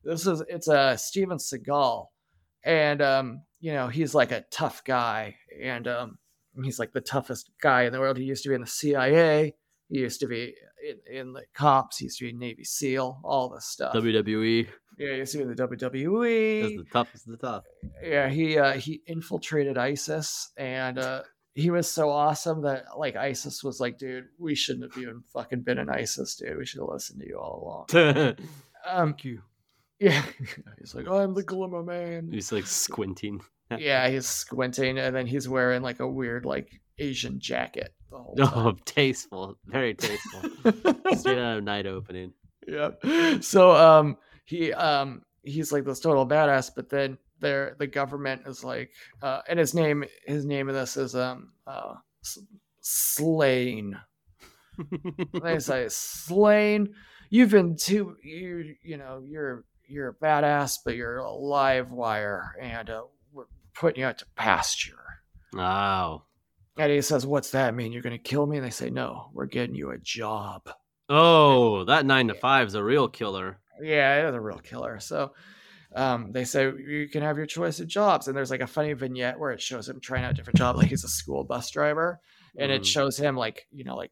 Speaker 4: this is it's uh steven seagal and um you know he's like a tough guy and um he's like the toughest guy in the world he used to be in the cia he used to be in, in the cops he used to be navy seal all this stuff
Speaker 3: WWE.
Speaker 4: yeah he used to be in the E.
Speaker 3: That's
Speaker 4: wwe
Speaker 3: E the toughest of the tough.
Speaker 4: yeah he uh he infiltrated isis and uh he was so awesome that like isis was like dude we shouldn't have even fucking been in isis dude we should have listened to you all along um
Speaker 3: Thank you.
Speaker 4: yeah he's like i'm the glimmer man
Speaker 3: He's like squinting.
Speaker 4: yeah he's squinting and then he's wearing like a weird like asian jacket the whole time.
Speaker 3: Oh, tasteful. Very tasteful. Straight out of night opening.
Speaker 4: yeah so um he um he's like this total badass but then there the government is like uh and his name his name of this is um uh S- slain they say slain you've been too you you know you're you're a badass but you're a live wire and uh, we're putting you out to pasture
Speaker 3: Wow.
Speaker 4: and he says what's that mean you're gonna kill me and they say no we're getting you a job
Speaker 3: Oh, that nine to five is a real killer.
Speaker 4: Yeah, it is a real killer. So um, they say you can have your choice of jobs. And there's like a funny vignette where it shows him trying out different jobs. Like he's a school bus driver. And it
Speaker 3: Mhm.
Speaker 4: shows him like, you know, like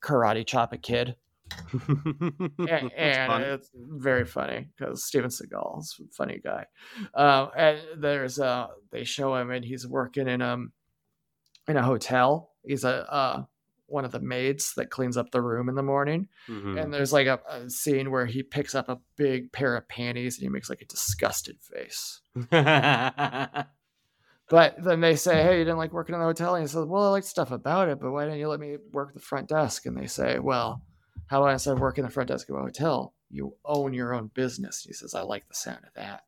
Speaker 4: karate chop a kid. A-
Speaker 3: That's
Speaker 4: and it's very funny because Steven Seagal's a funny guy. Um, and there's uh they show him and he's working in um in a hotel. He's a uh one of the maids that cleans up the room in the morning
Speaker 3: Mhm.
Speaker 4: and there's like a, a scene where he picks up a big pair of panties and he makes like a disgusted face. But then they say, "Hey, you didn't like working in the hotel," and he says, "Well, I liked stuff about it, but why didn't you let me work the front desk?" And they say, "Well, how about instead of working the front desk of a hotel, you own your own business?" He says, "I like the sound of that."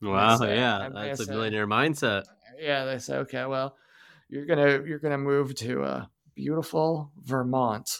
Speaker 3: wow,
Speaker 4: That's it.
Speaker 3: yeah,
Speaker 4: I'm
Speaker 3: that's a
Speaker 4: missing.
Speaker 3: millionaire mindset.
Speaker 4: Yeah, they say, "Okay, well, you're gonna you're gonna move to uh, beautiful Vermont."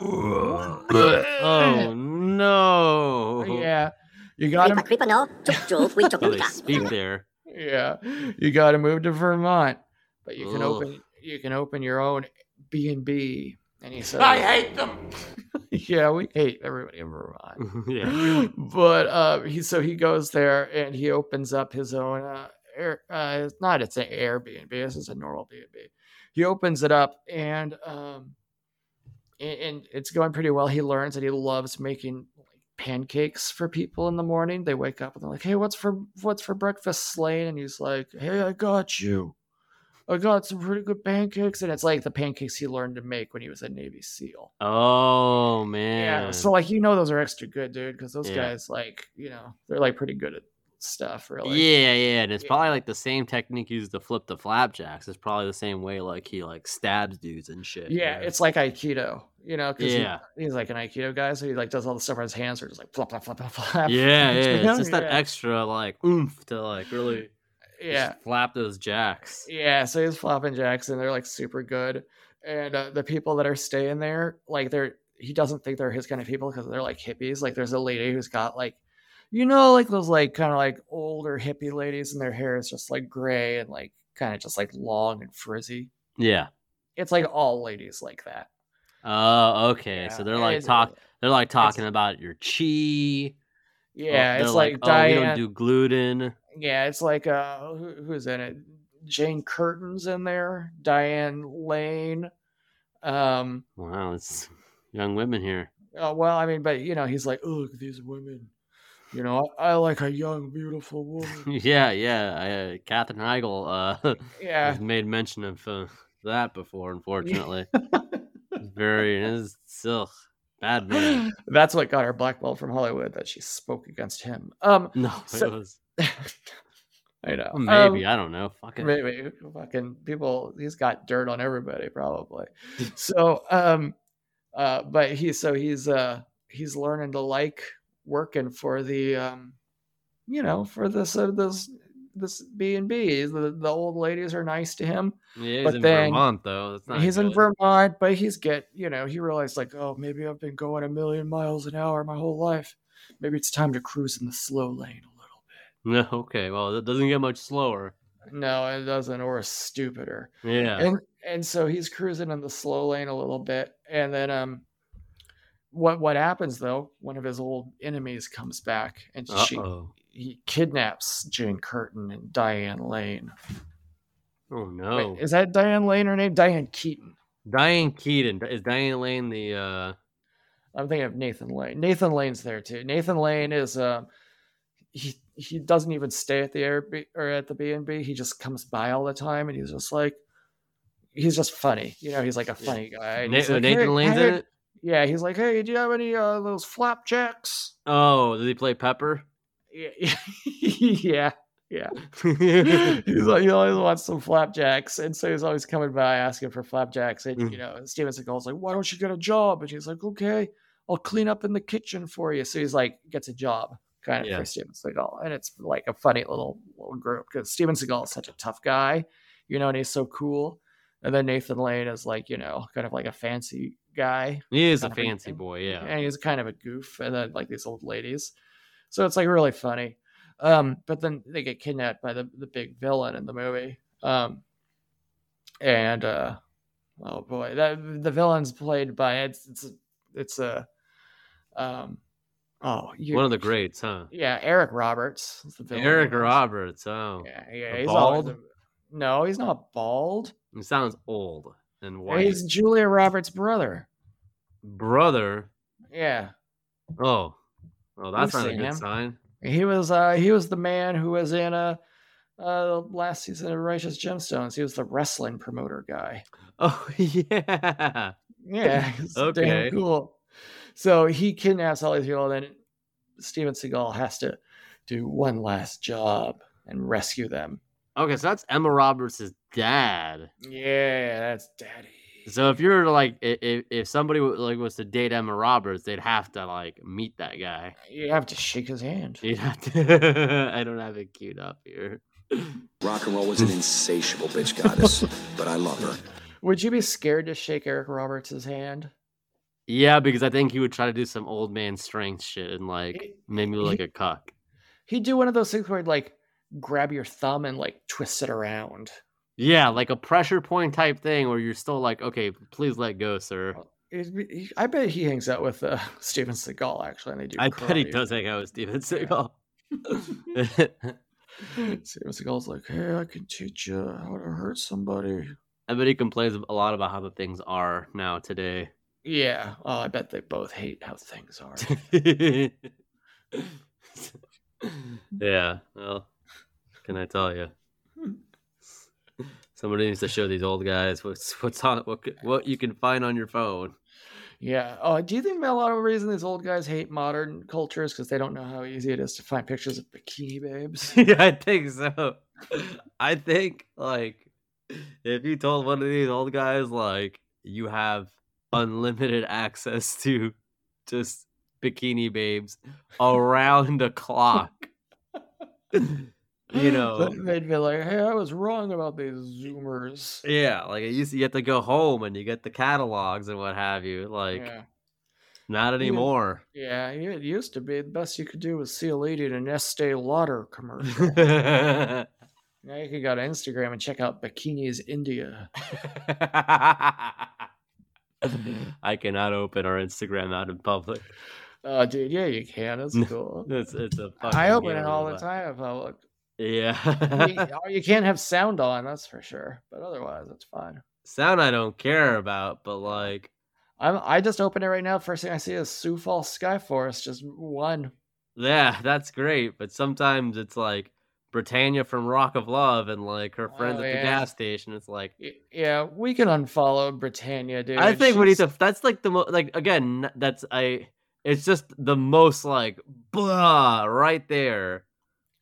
Speaker 3: oh no!
Speaker 4: Yeah, you got him.
Speaker 14: Creeper, creeper, no. Tuk tuk, we tuk
Speaker 3: How they
Speaker 14: pika.
Speaker 3: speak there.
Speaker 4: Yeah, you got to move to Vermont, but you can
Speaker 3: Ugh.
Speaker 4: open you can open your own B and B And he said,
Speaker 15: I hate them.
Speaker 4: yeah, we hate everybody in Vermont.
Speaker 3: yeah.
Speaker 4: But uh, he so he goes there and he opens up his own uh, air. Uh, it's not it's an Airbnb. This is a normal B and B. He opens it up and um, and, and it's going pretty well. He learns that he loves making like pancakes for people in the morning. They wake up and they're like, "Hey, what's for what's for breakfast, Slane?" And he's like, "Hey, I got you." I got some pretty good pancakes, and it's like the pancakes he learned to make when he was a Navy SEAL.
Speaker 3: Oh man!
Speaker 4: Yeah, so like you know those are extra good, dude, because those
Speaker 3: Yeah.
Speaker 4: guys like you know they're like pretty good at stuff, really.
Speaker 3: yeah, yeah, and it's probably like the same technique used to flip the flapjacks. It's probably the same way like he like stabs dudes and shit. you
Speaker 4: Yeah,
Speaker 3: know?
Speaker 4: it's like Aikido, you know, because
Speaker 3: Yeah.
Speaker 4: he's like an Aikido guy, so he like does all the stuff on his hands are just like flop, flop, flop, flop, flop.
Speaker 3: yeah, yeah.
Speaker 4: You know?
Speaker 3: It's just that
Speaker 4: Yeah.
Speaker 3: extra like oomph to like really just
Speaker 4: Yeah.
Speaker 3: flap those jacks.
Speaker 4: Yeah, so he's flopping jacks, and they're like super good. And uh, the people that are staying there, like they're he doesn't think they're his kind of people because they're like hippies. Like there's a lady who's got like, you know, like those like kind of like older hippie ladies, and their hair is just like gray and like kind of just like long and frizzy.
Speaker 3: Yeah.
Speaker 4: It's like all ladies like that.
Speaker 3: Oh, okay. So they're like
Speaker 4: it's-
Speaker 3: talk. oh, They're like talking about your chi. Oh,
Speaker 4: Yeah,
Speaker 3: they're
Speaker 4: it's like,
Speaker 3: oh, we
Speaker 4: Diane.
Speaker 3: don't do gluten.
Speaker 4: yeah, it's like uh, who, who's in it? Jane Curtin's in there. Diane Lane. Um,
Speaker 3: Wow, it's young women here.
Speaker 4: Oh, well, I mean, but you know, he's like, "Oh, look, these women, you know, I, I like a young, beautiful woman.
Speaker 3: yeah, yeah. I, uh, Katherine Heigl. Uh,
Speaker 4: Yeah.
Speaker 3: has made mention of uh, that before. Unfortunately, It's very it is still bad man.
Speaker 4: That's what got her blackballed from Hollywood that she spoke against him. Um,
Speaker 3: No,
Speaker 4: so-
Speaker 3: it was
Speaker 4: I know.
Speaker 3: maybe
Speaker 4: Um,
Speaker 3: I don't know. Fucking
Speaker 4: Maybe fucking people. He's got dirt on everybody, probably. so, um, uh, but he so he's uh he's learning to like working for the um, you know, for this uh, this this B and B. The the old ladies are nice to him.
Speaker 3: Yeah, he's
Speaker 4: but
Speaker 3: in
Speaker 4: then-
Speaker 3: Vermont though. That's not
Speaker 4: he's in
Speaker 3: good.
Speaker 4: Vermont, but he's get you know he realized like oh maybe I've been going a million miles an hour my whole life. Maybe it's time to cruise in the slow lane.
Speaker 3: No, okay. Well, it doesn't get much slower.
Speaker 4: No, it doesn't, or stupider.
Speaker 3: Yeah.
Speaker 4: And and so he's cruising in the slow lane a little bit, and then um, what what happens though? One of his old enemies comes back, and she
Speaker 3: Uh-oh.
Speaker 4: he kidnaps Jane Curtin and Diane Lane.
Speaker 3: Oh
Speaker 4: Wait,
Speaker 3: no.
Speaker 4: is that Diane Lane her name? Diane Keaton.
Speaker 3: Diane Keaton is Diane Lane the uh
Speaker 4: I'm thinking of Nathan Lane. Nathan Lane's there too. Nathan Lane is um he he doesn't even stay at the Airbnb or at the B and B. He just comes by all the time, and he's just like he's just funny. You know, he's like a funny guy. and
Speaker 3: Na- uh,
Speaker 4: he's like,
Speaker 3: Nathan
Speaker 4: "Hey,
Speaker 3: Lane's in
Speaker 4: hey,"
Speaker 3: it?
Speaker 4: Yeah, he's like, hey, do you have any uh, those flapjacks?
Speaker 3: Oh, does he play Pepper?
Speaker 4: Yeah, yeah, yeah. he's like, he always wants some flapjacks, and so he's always coming by asking for flapjacks. And you know, Steven Seagal's like, "Why don't you get a job?" And she's like, "Okay, I'll clean up in the kitchen for you." So he's like, gets a job kind of
Speaker 3: Yeah.
Speaker 4: for Steven Seagal, and it's like a funny little little group because Steven Seagal is such a tough guy, you know, and he's so cool. And then Nathan Lane is like, you know, kind of like a fancy guy.
Speaker 3: He is a
Speaker 4: kind of
Speaker 3: fancy boy, yeah.
Speaker 4: and he's kind of a goof and then like these old ladies so it's like really funny um but then they get kidnapped by the, the big villain in the movie um and uh oh boy that the villain's played by it's it's it's a um oh you,
Speaker 3: One of the greats, huh?
Speaker 4: yeah eric roberts is the villain.
Speaker 3: Eric Roberts. Oh.
Speaker 4: Yeah, yeah
Speaker 3: A
Speaker 4: he's
Speaker 3: bald?
Speaker 4: bald no he's not bald
Speaker 3: He sounds old and white.
Speaker 4: he's julia roberts brother
Speaker 3: brother.
Speaker 4: yeah
Speaker 3: Oh. Oh, that's
Speaker 4: We've
Speaker 3: not a
Speaker 4: seen
Speaker 3: good
Speaker 4: him.
Speaker 3: sign.
Speaker 4: He was uh he was the man who was in uh uh last season of Righteous Gemstones. He was the wrestling promoter guy.
Speaker 3: Oh yeah.
Speaker 4: Yeah, he's damn
Speaker 3: Okay.
Speaker 4: cool. So he kidnaps all these people, and then Steven Seagal has to do one last job and rescue them.
Speaker 3: Okay, so that's Emma Roberts' dad.
Speaker 4: Yeah, that's daddy.
Speaker 3: So if you're like if if somebody wa- like was to date Emma Roberts, they'd have to like meet that guy.
Speaker 4: You have to shake his hand.
Speaker 3: You'd have to. I don't have it queued up here.
Speaker 16: Rock and roll was an insatiable bitch goddess, but I love her.
Speaker 4: Would you be scared to shake Eric Roberts' hand?
Speaker 3: Yeah, because I think he would try to do some old man strength shit and like make me look like a cuck.
Speaker 4: He'd do one of those things where he'd like grab your thumb and like twist it around.
Speaker 3: Yeah, like a pressure point type thing where you're still like, okay, please let go, sir.
Speaker 4: Oh, It'd be- he- I bet he hangs out with uh, Steven Seagal actually, and they do.
Speaker 3: I bet he
Speaker 4: karate.
Speaker 3: does hang out with Steven Seagal.
Speaker 4: Steven Seagal's like, hey, I can teach you how to hurt somebody.
Speaker 3: I bet he complains a lot about how the things are now today.
Speaker 4: Yeah. Oh, I bet they both hate how things are.
Speaker 3: yeah. Well, can I tell you? Somebody needs to show these old guys what's what's on what c- what you can find on your phone.
Speaker 4: yeah. Oh, do you think a lot of the reason these old guys hate modern culture is because they don't know how easy it is to find pictures of bikini babes?
Speaker 3: yeah, I think so. I think like if you told one of these old guys like you have unlimited access to just bikini babes around the clock, you know.
Speaker 4: That made me like, hey, I was wrong about these Zoomers.
Speaker 3: Yeah, like it used to, you have to go home and you get the catalogs and what have you. Like
Speaker 4: yeah.
Speaker 3: not
Speaker 4: Even-
Speaker 3: anymore.
Speaker 4: Yeah, it used to be the best you could do was see a lady in an Estee Lauder commercial.
Speaker 3: yeah,
Speaker 4: now you can go to Instagram and check out Bikinis India.
Speaker 3: I cannot open our Instagram out in public.
Speaker 4: Oh, dude, yeah, you can. It's cool.
Speaker 3: It's it's a fucking
Speaker 4: I open it
Speaker 3: gamble,
Speaker 4: all the
Speaker 3: but-
Speaker 4: time if I look. You,
Speaker 3: Yeah.
Speaker 4: oh, you can't have sound on, that's for sure. But otherwise, it's fine.
Speaker 3: Sound I don't care about, but like
Speaker 4: I'm, I just open it right now. First thing I see is Sioux Falls Sky Forest, just one.
Speaker 3: yeah, that's great, but sometimes it's like Britannia from Rock of Love and like her friends
Speaker 4: Oh,
Speaker 3: at the
Speaker 4: yeah.
Speaker 3: gas station. It's like
Speaker 4: Y- Yeah, we can unfollow Britannia, dude.
Speaker 3: I think we need
Speaker 4: She's-
Speaker 3: to. That's like the most. Like again, n- that's I. It's just the most like blah right there.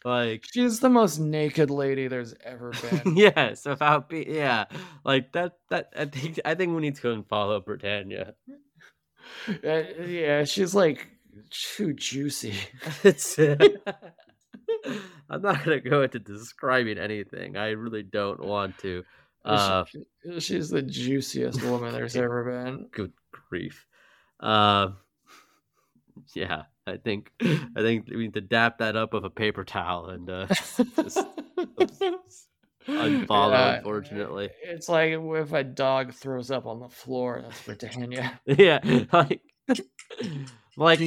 Speaker 3: Like
Speaker 4: She's the most naked lady there's ever been.
Speaker 3: yes, without be yeah. Like that. That I think I think we need to unfollow Britannia.
Speaker 4: Uh, yeah, she's like too juicy.
Speaker 3: It's. I'm not gonna go into describing anything. I really don't want to. Uh,
Speaker 4: She- she's the juiciest woman there's ever been.
Speaker 3: good grief. Uh, yeah, I think I think we need to dap that up with a paper towel and uh, just unfollow.
Speaker 4: Yeah,
Speaker 3: unfortunately,
Speaker 4: It's like if a dog throws up on the floor. That's Britannia.
Speaker 3: yeah, like like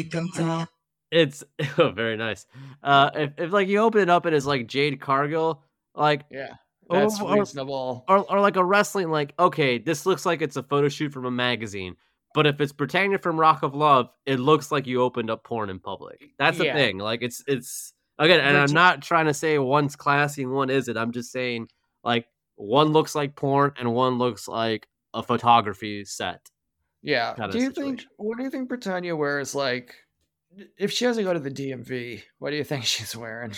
Speaker 3: it's oh, very nice. Uh, if, if like you open it up and it's like Jade Cargill, like
Speaker 4: Yeah,
Speaker 3: Oh,
Speaker 4: that's
Speaker 3: oh,
Speaker 4: reasonable.
Speaker 3: or or like a wrestling, like okay, this looks like it's a photo shoot from a magazine. But if it's Britannia from Rock of Love, it looks like you opened up porn in public. That's the
Speaker 4: Yeah.
Speaker 3: thing. Like it's it's again, and
Speaker 4: Brit-
Speaker 3: I'm not trying to say one's classy and one isn't. I'm just saying like one looks like porn and one looks like a photography set.
Speaker 4: Yeah.
Speaker 3: kind of
Speaker 4: Do you think?
Speaker 3: situation.
Speaker 4: What do you think Britannia wears? Like, if she has to go to the DMV, what do you think she's wearing?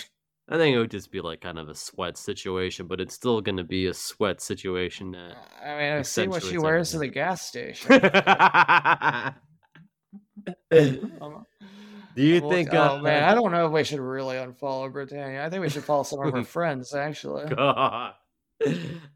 Speaker 3: I think it would just be like kind of a sweat situation, but it's still going to be a sweat situation. That...
Speaker 4: I mean, I see what
Speaker 3: Accentuates
Speaker 4: she wears to the
Speaker 3: everything.
Speaker 4: gas station.
Speaker 3: uh, Do
Speaker 4: Um,
Speaker 3: you
Speaker 4: Well,
Speaker 3: think?
Speaker 4: Oh
Speaker 3: uh,
Speaker 4: man, I don't know if we should really unfollow Britannia. I think we should follow some of her friends. Actually,
Speaker 3: God.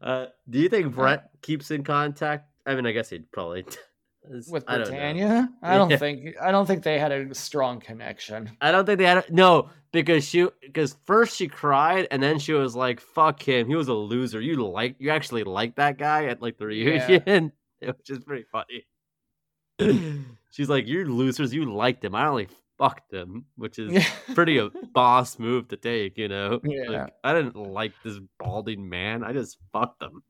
Speaker 3: Uh, do you think Brett keeps in contact? I mean, I guess he'd probably. It's-
Speaker 4: with
Speaker 3: I don't know.
Speaker 4: Britannia, I don't
Speaker 3: Yeah.
Speaker 4: think I don't think they had a strong connection.
Speaker 3: I don't think they had a, no because she because first she cried and then she was like fuck him he was a loser you like you actually like that guy at like the
Speaker 4: Yeah.
Speaker 3: reunion which is pretty funny. She's like you're losers you liked him I only fucked him which is pretty a boss move to take you know
Speaker 4: Yeah.
Speaker 3: like, I didn't like this balding man I just fucked him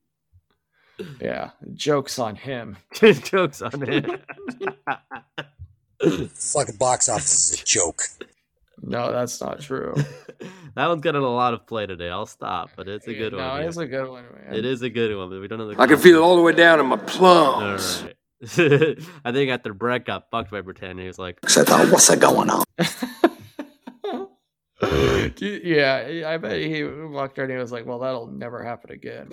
Speaker 4: yeah, jokes on him.
Speaker 3: jokes on him
Speaker 5: Fucking box office is a joke.
Speaker 4: No, that's not true.
Speaker 3: that one's getting a lot of play today I'll stop but it's a
Speaker 4: Yeah,
Speaker 3: good
Speaker 4: no,
Speaker 3: one here.
Speaker 4: it's a good one, man.
Speaker 3: It is a good one, but we don't know the.
Speaker 16: I can feel it all the way down in my
Speaker 3: All
Speaker 16: plums.
Speaker 3: right. I think after Brett got fucked by Britannia, he was like,
Speaker 16: So I thought, what's that going on?
Speaker 4: Do you- yeah, I bet he walked out and he was like, "Well, that'll never happen again."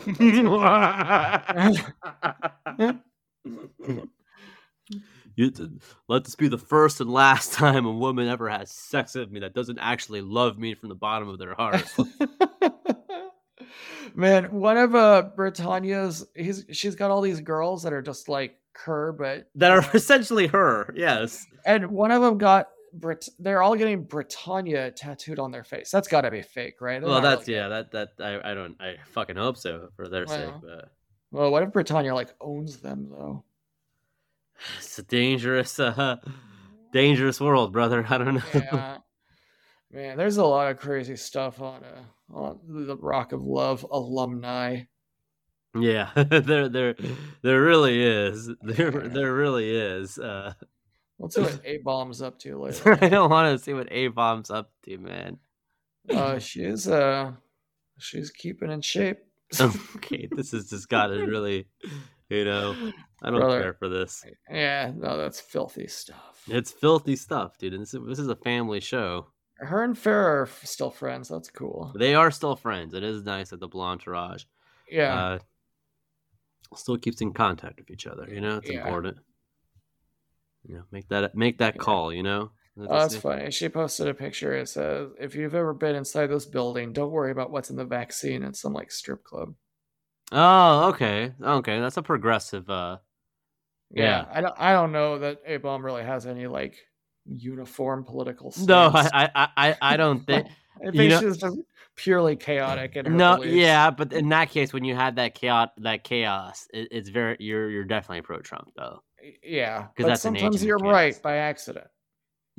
Speaker 3: You did- "Let this be the first and last time a woman ever has sex with me that doesn't actually love me from the bottom of their heart."
Speaker 4: Man, one of uh Britannia's he's she's got all these girls that are just like her, but
Speaker 3: that are essentially her. Yes.
Speaker 4: and one of them got Brit- they're all getting Britannia tattooed on their face. That's got to be fake, right? They're
Speaker 3: well,
Speaker 4: not
Speaker 3: that's
Speaker 4: really-
Speaker 3: yeah. That that I, I don't. I fucking hope so for their sake.
Speaker 4: Well.
Speaker 3: But
Speaker 4: Well, what if Britannia like owns them though?
Speaker 3: it's a dangerous, uh, dangerous world, brother. I don't know.
Speaker 4: Yeah. Man, there's a lot of crazy stuff on uh, on the Rock of Love alumni.
Speaker 3: Yeah, there, there, there really is. There, there really is. Uh,
Speaker 4: Let's see what A Bomb's up to later.
Speaker 3: I don't want to see what A bombs up to, man.
Speaker 4: Uh, she is uh, she's keeping in shape.
Speaker 3: Oh. okay, this has just gotten really, you know, I don't
Speaker 4: Brother.
Speaker 3: care for this.
Speaker 4: Yeah, no, that's filthy stuff.
Speaker 3: It's filthy stuff, dude. And this is, this is a family show.
Speaker 4: Her and Farrah are f- still friends. That's cool.
Speaker 3: They are still friends. It is nice that the Blantourage,
Speaker 4: Yeah.
Speaker 3: uh, still keeps in contact with each other. You know, it's
Speaker 4: Yeah.
Speaker 3: important. You know, make that make that call. You know,
Speaker 4: Oh, that's funny. She posted a picture. It says, "If you've ever been inside this building, don't worry about what's in the vaccine." It's some like strip club.
Speaker 3: Oh, okay, okay. That's a progressive. uh
Speaker 4: Yeah,
Speaker 3: Yeah.
Speaker 4: I don't. I don't know that A bomb really has any like uniform political. Stance.
Speaker 3: No, I, I, I- I, I don't think.
Speaker 4: I
Speaker 3: you
Speaker 4: think
Speaker 3: know-
Speaker 4: she's just purely chaotic. In her
Speaker 3: no,
Speaker 4: beliefs.
Speaker 3: yeah, but in that case, when you had that chaos, that chaos, it, it's very you're you're definitely pro Trump though.
Speaker 4: yeah.
Speaker 3: 'Cause
Speaker 4: But
Speaker 3: that's an
Speaker 4: sometimes
Speaker 3: agent of
Speaker 4: you're
Speaker 3: chaos.
Speaker 4: right by accident.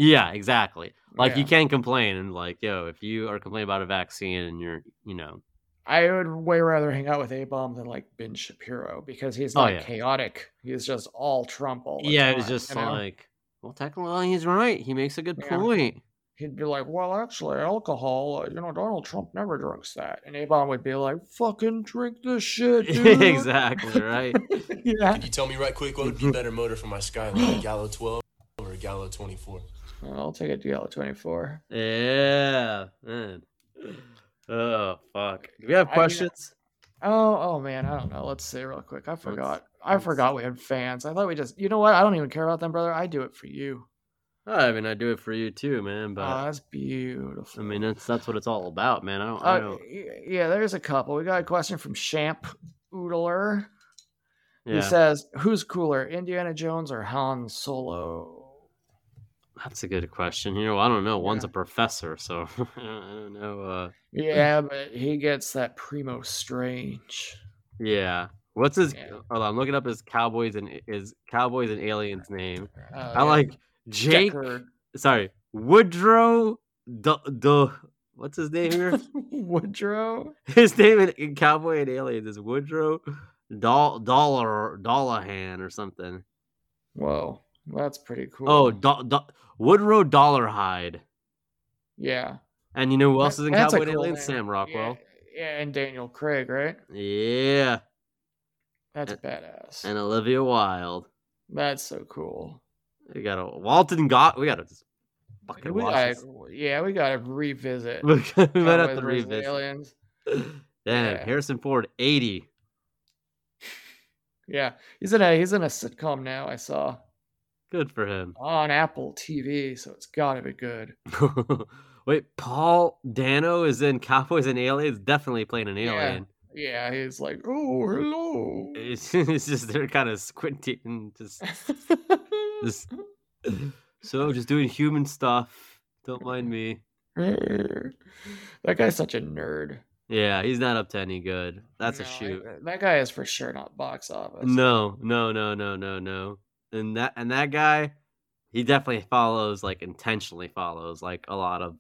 Speaker 3: Yeah, exactly. Like
Speaker 4: Yeah.
Speaker 3: you can complain and like, yo, if you are complaining about a vaccine and you're, you know,
Speaker 4: I would way rather hang out with A bomb than like Ben Shapiro because he's
Speaker 3: Oh,
Speaker 4: not
Speaker 3: yeah.
Speaker 4: chaotic. He's just all Trump all the
Speaker 3: yeah,
Speaker 4: time,
Speaker 3: it's just
Speaker 4: you know?
Speaker 3: like, well, technically he's right. He makes a good
Speaker 4: Yeah.
Speaker 3: point.
Speaker 4: he'd be like, "Well, actually, alcohol. uh, You know, Donald Trump never drinks that." And Avon would be like, "Fucking drink this shit, dude."
Speaker 3: exactly right.
Speaker 4: yeah.
Speaker 15: Could you tell me right quick what would be a better motor for my Skyline, a Gallo 12 or a Gallo 24?
Speaker 4: Well, I'll take a DL twenty four.
Speaker 3: Yeah, man. Oh fuck. Do we have
Speaker 4: I mean, uh
Speaker 3: questions?
Speaker 4: Oh, oh man, I don't know. Let's see real quick. I forgot. I
Speaker 3: let's-
Speaker 4: forgot we had fans. I thought we just. You know what? I don't even care about them, brother. I do it for you.
Speaker 3: I mean, I do it for you too, man. But
Speaker 4: oh, that's beautiful.
Speaker 3: I mean, that's that's what it's all about, man. I don't. I
Speaker 4: Uh,
Speaker 3: don't
Speaker 4: y- yeah, there's a couple. We got a question from Champ Oodler.
Speaker 3: yeah.
Speaker 4: He says, "Who's cooler, Indiana Jones or Han Solo?"
Speaker 3: That's a good question. You know, I don't know. One's a professor, so I don't know. Uh,
Speaker 4: Yeah, but he gets that primo strange.
Speaker 3: yeah. What's his?
Speaker 4: Yeah.
Speaker 3: Hold on, I'm looking up his Cowboys and his Cowboys and Aliens name.
Speaker 4: Uh,
Speaker 3: I like Jake. Sorry, Woodrow. Duh, duh. What's his name here?
Speaker 4: Woodrow.
Speaker 3: his name in, in Cowboy and Aliens is Woodrow Doll Dollar Dollahan or something.
Speaker 4: Whoa, that's pretty cool.
Speaker 3: Oh, Do, Do, Woodrow Dollarhide.
Speaker 4: yeah,
Speaker 3: And you know who
Speaker 4: That-
Speaker 3: else is in
Speaker 4: that's a
Speaker 3: Cowboy and
Speaker 4: cool
Speaker 3: Aliens?
Speaker 4: name.
Speaker 3: Sam Rockwell.
Speaker 4: yeah, and Daniel Craig, right?
Speaker 3: yeah.
Speaker 4: That's
Speaker 3: Uh,
Speaker 4: badass.
Speaker 3: and Olivia Wilde.
Speaker 4: that's so cool.
Speaker 3: We got a Walton Got. We got to just fucking
Speaker 4: We
Speaker 3: watch.
Speaker 4: gotta,
Speaker 3: this.
Speaker 4: yeah, we gotta revisit.
Speaker 3: we might have
Speaker 4: Cowboys
Speaker 3: to
Speaker 4: versus
Speaker 3: revisit.
Speaker 4: Aliens.
Speaker 3: Damn,
Speaker 4: Yeah.
Speaker 3: Harrison Ford, eighty.
Speaker 4: Yeah, he's in a he's in a sitcom now. I saw
Speaker 3: Good for him.
Speaker 4: on Apple TV, so it's gotta be good.
Speaker 3: Wait, Paul Dano is in Cowboys and Aliens. Definitely playing an
Speaker 4: Yeah.
Speaker 3: alien.
Speaker 4: Yeah, he's like, oh hello.
Speaker 3: It's, it's just they're kind of squinting and just, just. So just doing human stuff. Don't mind me.
Speaker 4: that guy's such a nerd.
Speaker 3: Yeah, he's not up to any good. That's a
Speaker 4: No, I-
Speaker 3: shoot.
Speaker 4: that guy is for sure not box office.
Speaker 3: No, no, no, no, no, no. And that and that guy, he definitely follows like intentionally follows like a lot of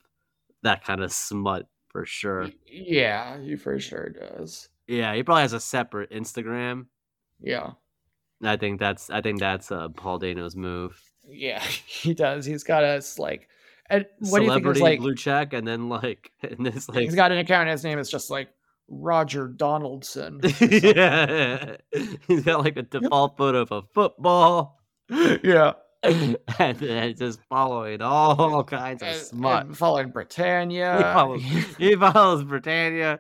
Speaker 3: that kind of smut for sure.
Speaker 4: Y- Yeah, he for sure does.
Speaker 3: Yeah, he probably has a separate Instagram.
Speaker 4: Yeah.
Speaker 3: I think that's I think that's uh, Paul Dano's move.
Speaker 4: Yeah, he does. He's got us like and what do you think
Speaker 3: Celebrity
Speaker 4: is like
Speaker 3: blue check, and then like and it's like
Speaker 4: he's got an account and his name is just like Roger Donaldson.
Speaker 3: yeah, he's got like a default photo of a football,
Speaker 4: yeah.
Speaker 3: and, and just following all kinds of
Speaker 4: And-
Speaker 3: smut.
Speaker 4: and uh, following Britannia.
Speaker 3: he follows, he follows Britannia.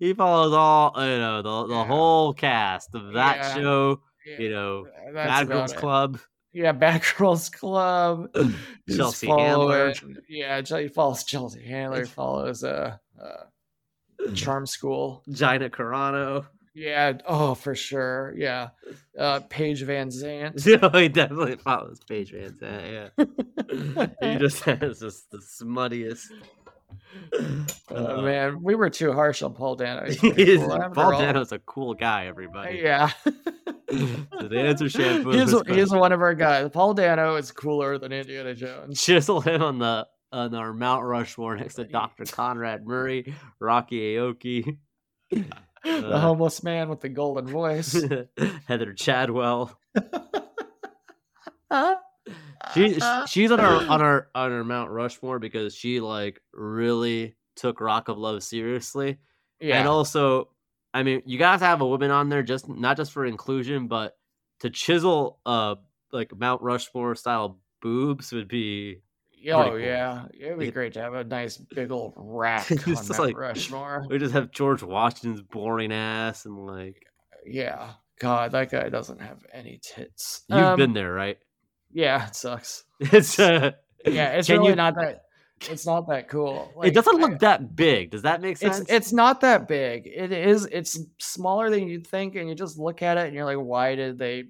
Speaker 3: He follows all you know the, the
Speaker 4: Yeah.
Speaker 3: whole cast of that
Speaker 4: Yeah.
Speaker 3: show.
Speaker 4: Yeah, uh,
Speaker 3: You know,
Speaker 4: that's
Speaker 3: Bad
Speaker 4: about
Speaker 3: Girls
Speaker 4: it.
Speaker 3: Club.
Speaker 4: Yeah, Batgirls Club. He's
Speaker 3: Chelsea Handler.
Speaker 4: following- Yeah, Chel- he follows Chelsea Handler. He follows uh, uh Charm School.
Speaker 3: Gina Carano.
Speaker 4: Yeah. Oh, for sure. Yeah. Uh, Paige Van Zant.
Speaker 3: No, he definitely follows Paige Van Zant. Yeah, he just has just the smuttiest. uh,
Speaker 4: Oh, man, we were too harsh on Paul Dano. He's
Speaker 3: He
Speaker 4: pretty
Speaker 3: is-
Speaker 4: cool after
Speaker 3: Paul
Speaker 4: all.
Speaker 3: Dano's a cool guy, everybody.
Speaker 4: Yeah.
Speaker 3: So the answer shampoo
Speaker 4: He's,
Speaker 3: was
Speaker 4: he's one of our guys. Paul Dano is cooler than Indiana Jones.
Speaker 3: chisel him on the on our Mount Rushmore next to Dr. Conrad Murray, Rocky Aoki,
Speaker 4: the
Speaker 3: uh,
Speaker 4: homeless man with the golden voice.
Speaker 3: Heather Chadwell.
Speaker 4: Huh?
Speaker 3: She
Speaker 4: Uh-huh.
Speaker 3: she's on our on our on our Mount Rushmore because she like really took Rock of Love seriously.
Speaker 4: Yeah.
Speaker 3: And also, I mean, you guys have a woman on there just not just for inclusion, but to chisel uh like Mount Rushmore style boobs would be
Speaker 4: oh,
Speaker 3: cool.
Speaker 4: yeah. It would be
Speaker 3: It-
Speaker 4: great to have a nice big old rack on
Speaker 3: It's just
Speaker 4: Mount
Speaker 3: like-
Speaker 4: Rushmore.
Speaker 3: we just have George Washington's boring ass and like
Speaker 4: Yeah. God, that guy doesn't have any tits.
Speaker 3: you've been
Speaker 4: Um,
Speaker 3: there, right?
Speaker 4: Yeah, it sucks.
Speaker 3: It's uh,
Speaker 4: Yeah, it's
Speaker 3: can
Speaker 4: really
Speaker 3: you-
Speaker 4: not that. It's not that cool.
Speaker 3: it
Speaker 4: Like,
Speaker 3: doesn't look that big. Does that make sense?
Speaker 4: It's it's not that big. It is. It's smaller than you'd think, and you just look at it and you're like, why did they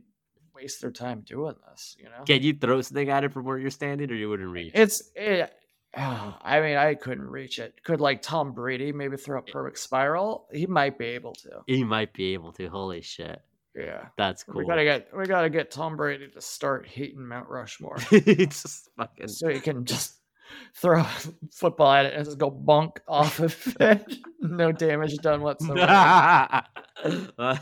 Speaker 4: waste their time doing this? You know.
Speaker 3: Can you throw something at it from where you're standing, or you wouldn't reach?
Speaker 4: It's. It, I mean, I couldn't reach it. Could like Tom Brady maybe throw a perfect spiral? He might be able to.
Speaker 3: You might be able to. Holy shit,
Speaker 4: Yeah.
Speaker 3: that's cool.
Speaker 4: We gotta get we gotta get Tom Brady to start hating Mount Rushmore
Speaker 3: it's just fucking.
Speaker 4: so he can just throw a football at it and just go bunk off of it. no damage done whatsoever.
Speaker 3: I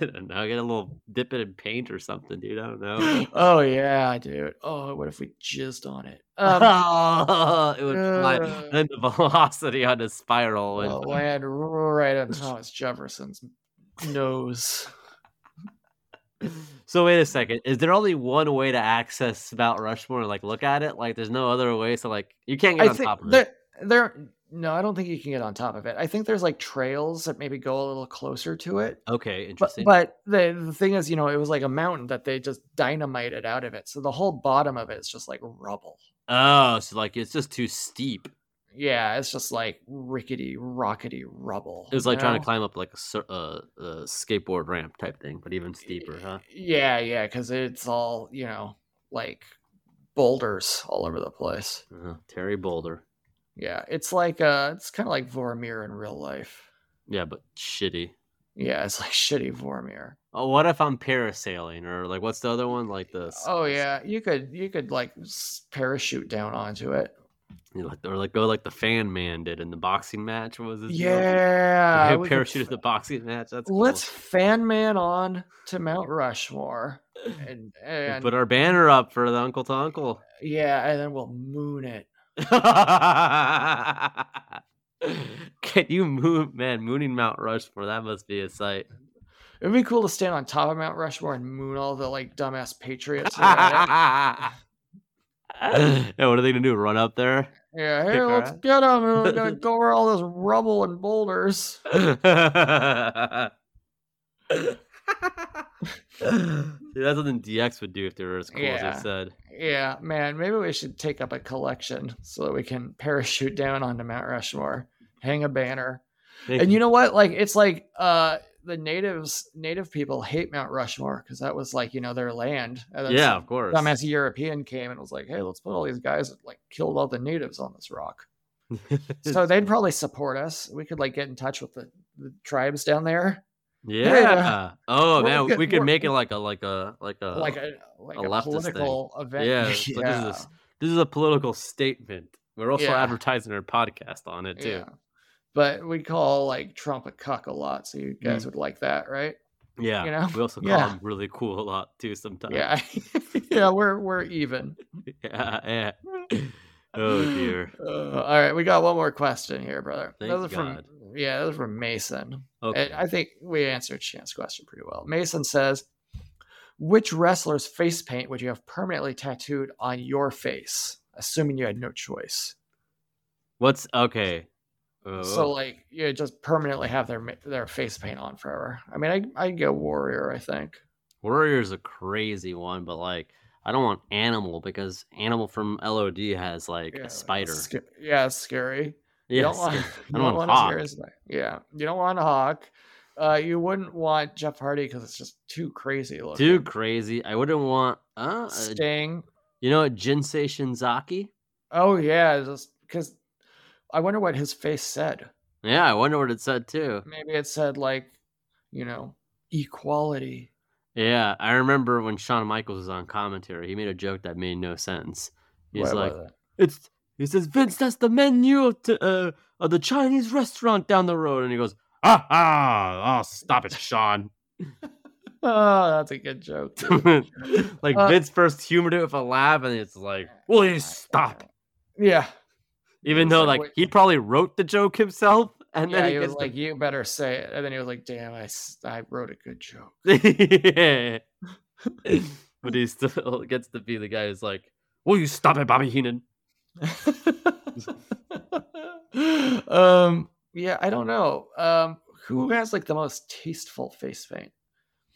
Speaker 3: don't know. Get a little dip it in paint or something, dude. I don't know.
Speaker 4: oh yeah, dude. Oh, what if we jizzed on it? Um,
Speaker 3: it would fly,
Speaker 4: uh,
Speaker 3: and the velocity on the spiral would
Speaker 4: Well, land right on Thomas Jefferson's nose.
Speaker 3: So wait a second. Is there only one way to access Mount Rushmore and like look at it? Like there's no other way. So like you can't get
Speaker 4: I
Speaker 3: on
Speaker 4: think
Speaker 3: top of it.
Speaker 4: there, there. No, I don't think you can get on top of it. I think there's like trails that maybe go a little closer to it.
Speaker 3: Okay,
Speaker 4: But,
Speaker 3: interesting.
Speaker 4: but the, the thing is, you know, it was like a mountain that they just dynamited out of it. So the whole bottom of it is just like rubble.
Speaker 3: oh, so like it's just too steep.
Speaker 4: Yeah, it's just like rickety, rockety rubble.
Speaker 3: It was like
Speaker 4: you
Speaker 3: trying
Speaker 4: know?
Speaker 3: to climb up like a, cir- uh, a skateboard ramp type thing, but even steeper, huh?
Speaker 4: Yeah, yeah, because it's all, you know, like boulders all over the place.
Speaker 3: Uh, Terry Boulder.
Speaker 4: Yeah, it's like uh it's kind of like Vormir in real life.
Speaker 3: Yeah, but shitty.
Speaker 4: Yeah, it's like shitty Vormir.
Speaker 3: Oh, what if I'm parasailing or like what's the other one? Like the s-
Speaker 4: Oh yeah, you could you could like s- parachute down onto it.
Speaker 3: you know, like- or like go like the fan man did in the boxing match. What was his deal?
Speaker 4: Yeah,
Speaker 3: He
Speaker 4: we could
Speaker 3: parachuted
Speaker 4: f-
Speaker 3: the boxing match. That's cool.
Speaker 4: Let's fan man on to Mount Rushmore, and
Speaker 3: We
Speaker 4: and
Speaker 3: put our banner up for the uncle to uncle.
Speaker 4: yeah, and then we'll moon it.
Speaker 3: Can you move, man? Mooning Mount Rushmore, that must be a sight.
Speaker 4: It'd be cool to stand on top of Mount Rushmore and moon all the like dumbass patriots. around it.
Speaker 3: yeah, what are they gonna do? Run up there?
Speaker 4: yeah,
Speaker 3: Kick
Speaker 4: hey,
Speaker 3: our
Speaker 4: let's
Speaker 3: ass.
Speaker 4: get them. Go over all this rubble and boulders.
Speaker 3: Dude, that's something DX would do if they were as cool as
Speaker 4: Yeah.
Speaker 3: they said.
Speaker 4: Yeah, man, maybe we should take up a collection so that we can parachute down onto Mount Rushmore, hang a banner.
Speaker 3: They
Speaker 4: And you know what? Like it's like uh the natives native people hate Mount Rushmore because that was like, you know, their land. And then
Speaker 3: yeah,
Speaker 4: some
Speaker 3: of course.
Speaker 4: Dumbass European came and was like, hey, let's put all these guys that like killed all the natives on this rock. so they'd probably support us. We could like get in touch with the, the tribes down there.
Speaker 3: yeah. Oh
Speaker 4: uh, We're
Speaker 3: man,
Speaker 4: good-
Speaker 3: we could
Speaker 4: we're-
Speaker 3: make it like a like a like a
Speaker 4: like a like
Speaker 3: Uh, a
Speaker 4: a,
Speaker 3: leftist thing.
Speaker 4: political event.
Speaker 3: Yeah, it's like, this is a s- this is a political statement. We're also
Speaker 4: Yeah.
Speaker 3: advertising our podcast on it too.
Speaker 4: Yeah. But we call like Trump a cuck a lot, so you
Speaker 3: Hmm.
Speaker 4: guys would like that, right?
Speaker 3: Yeah,
Speaker 4: You know?
Speaker 3: we also call
Speaker 4: Yeah.
Speaker 3: them really cool a lot too sometimes.
Speaker 4: Yeah. yeah, we're we're even.
Speaker 3: yeah, yeah. Oh dear.
Speaker 4: Uh, all right, we got one more question here, brother.
Speaker 3: Thank
Speaker 4: those are
Speaker 3: God.
Speaker 4: from yeah, those are from Mason.
Speaker 3: Okay.
Speaker 4: And I think we answered Chan's question pretty well. Mason says, "Which wrestler's face paint would you have permanently tattooed on your face, assuming you had no choice?"
Speaker 3: What's okay? Oh,
Speaker 4: So like you just permanently have their ma- their face paint on forever. I mean, I I go Warrior, I think.
Speaker 3: Warrior's a crazy one, but like I don't want Animal because Animal from LOD has like
Speaker 4: Yeah,
Speaker 3: a spider.
Speaker 4: it's sca- yeah, it's scary.
Speaker 3: yeah,
Speaker 4: you don't
Speaker 3: scare-
Speaker 4: want,
Speaker 3: I don't want
Speaker 4: a
Speaker 3: Hawk.
Speaker 4: serious- Yeah, you don't want a hawk. Uh, you wouldn't want Jeff Hardy because it's just too crazy looking.
Speaker 3: Too crazy. I wouldn't want uh,
Speaker 4: Sting.
Speaker 3: You know what? Jinsei Shinzaki.
Speaker 4: Oh yeah, just because I wonder what his face said.
Speaker 3: Yeah, I wonder what it said too.
Speaker 4: Maybe it said like, you know, equality.
Speaker 3: Yeah, I remember when Shawn Michaels was on commentary, he made a joke that made no sense. He's
Speaker 4: What
Speaker 3: like,
Speaker 4: was it?
Speaker 3: "It's," he says, "Vince, that's the menu of, t- uh, of the Chinese restaurant down the road," and he goes, "Ah ah, oh, stop it, Sean."
Speaker 4: Oh, that's a good joke. dude.
Speaker 3: like
Speaker 4: Uh,
Speaker 3: Vince first humored it with a laugh, and it's like, "Will you stop?"
Speaker 4: yeah.
Speaker 3: Even
Speaker 4: It's
Speaker 3: though,
Speaker 4: like,
Speaker 3: like, he probably wrote the joke himself, and
Speaker 4: And then
Speaker 3: then
Speaker 4: yeah,
Speaker 3: he,
Speaker 4: he was
Speaker 3: gets
Speaker 4: like, "You better say it," and then he was like, "Damn, I, s- I wrote a good joke."
Speaker 3: to- Yeah. but he still gets to be the guy who's like, "Will you stop it, Bobby Heenan?"
Speaker 4: um, yeah, I don't know. Um, who has like the most tasteful face paint?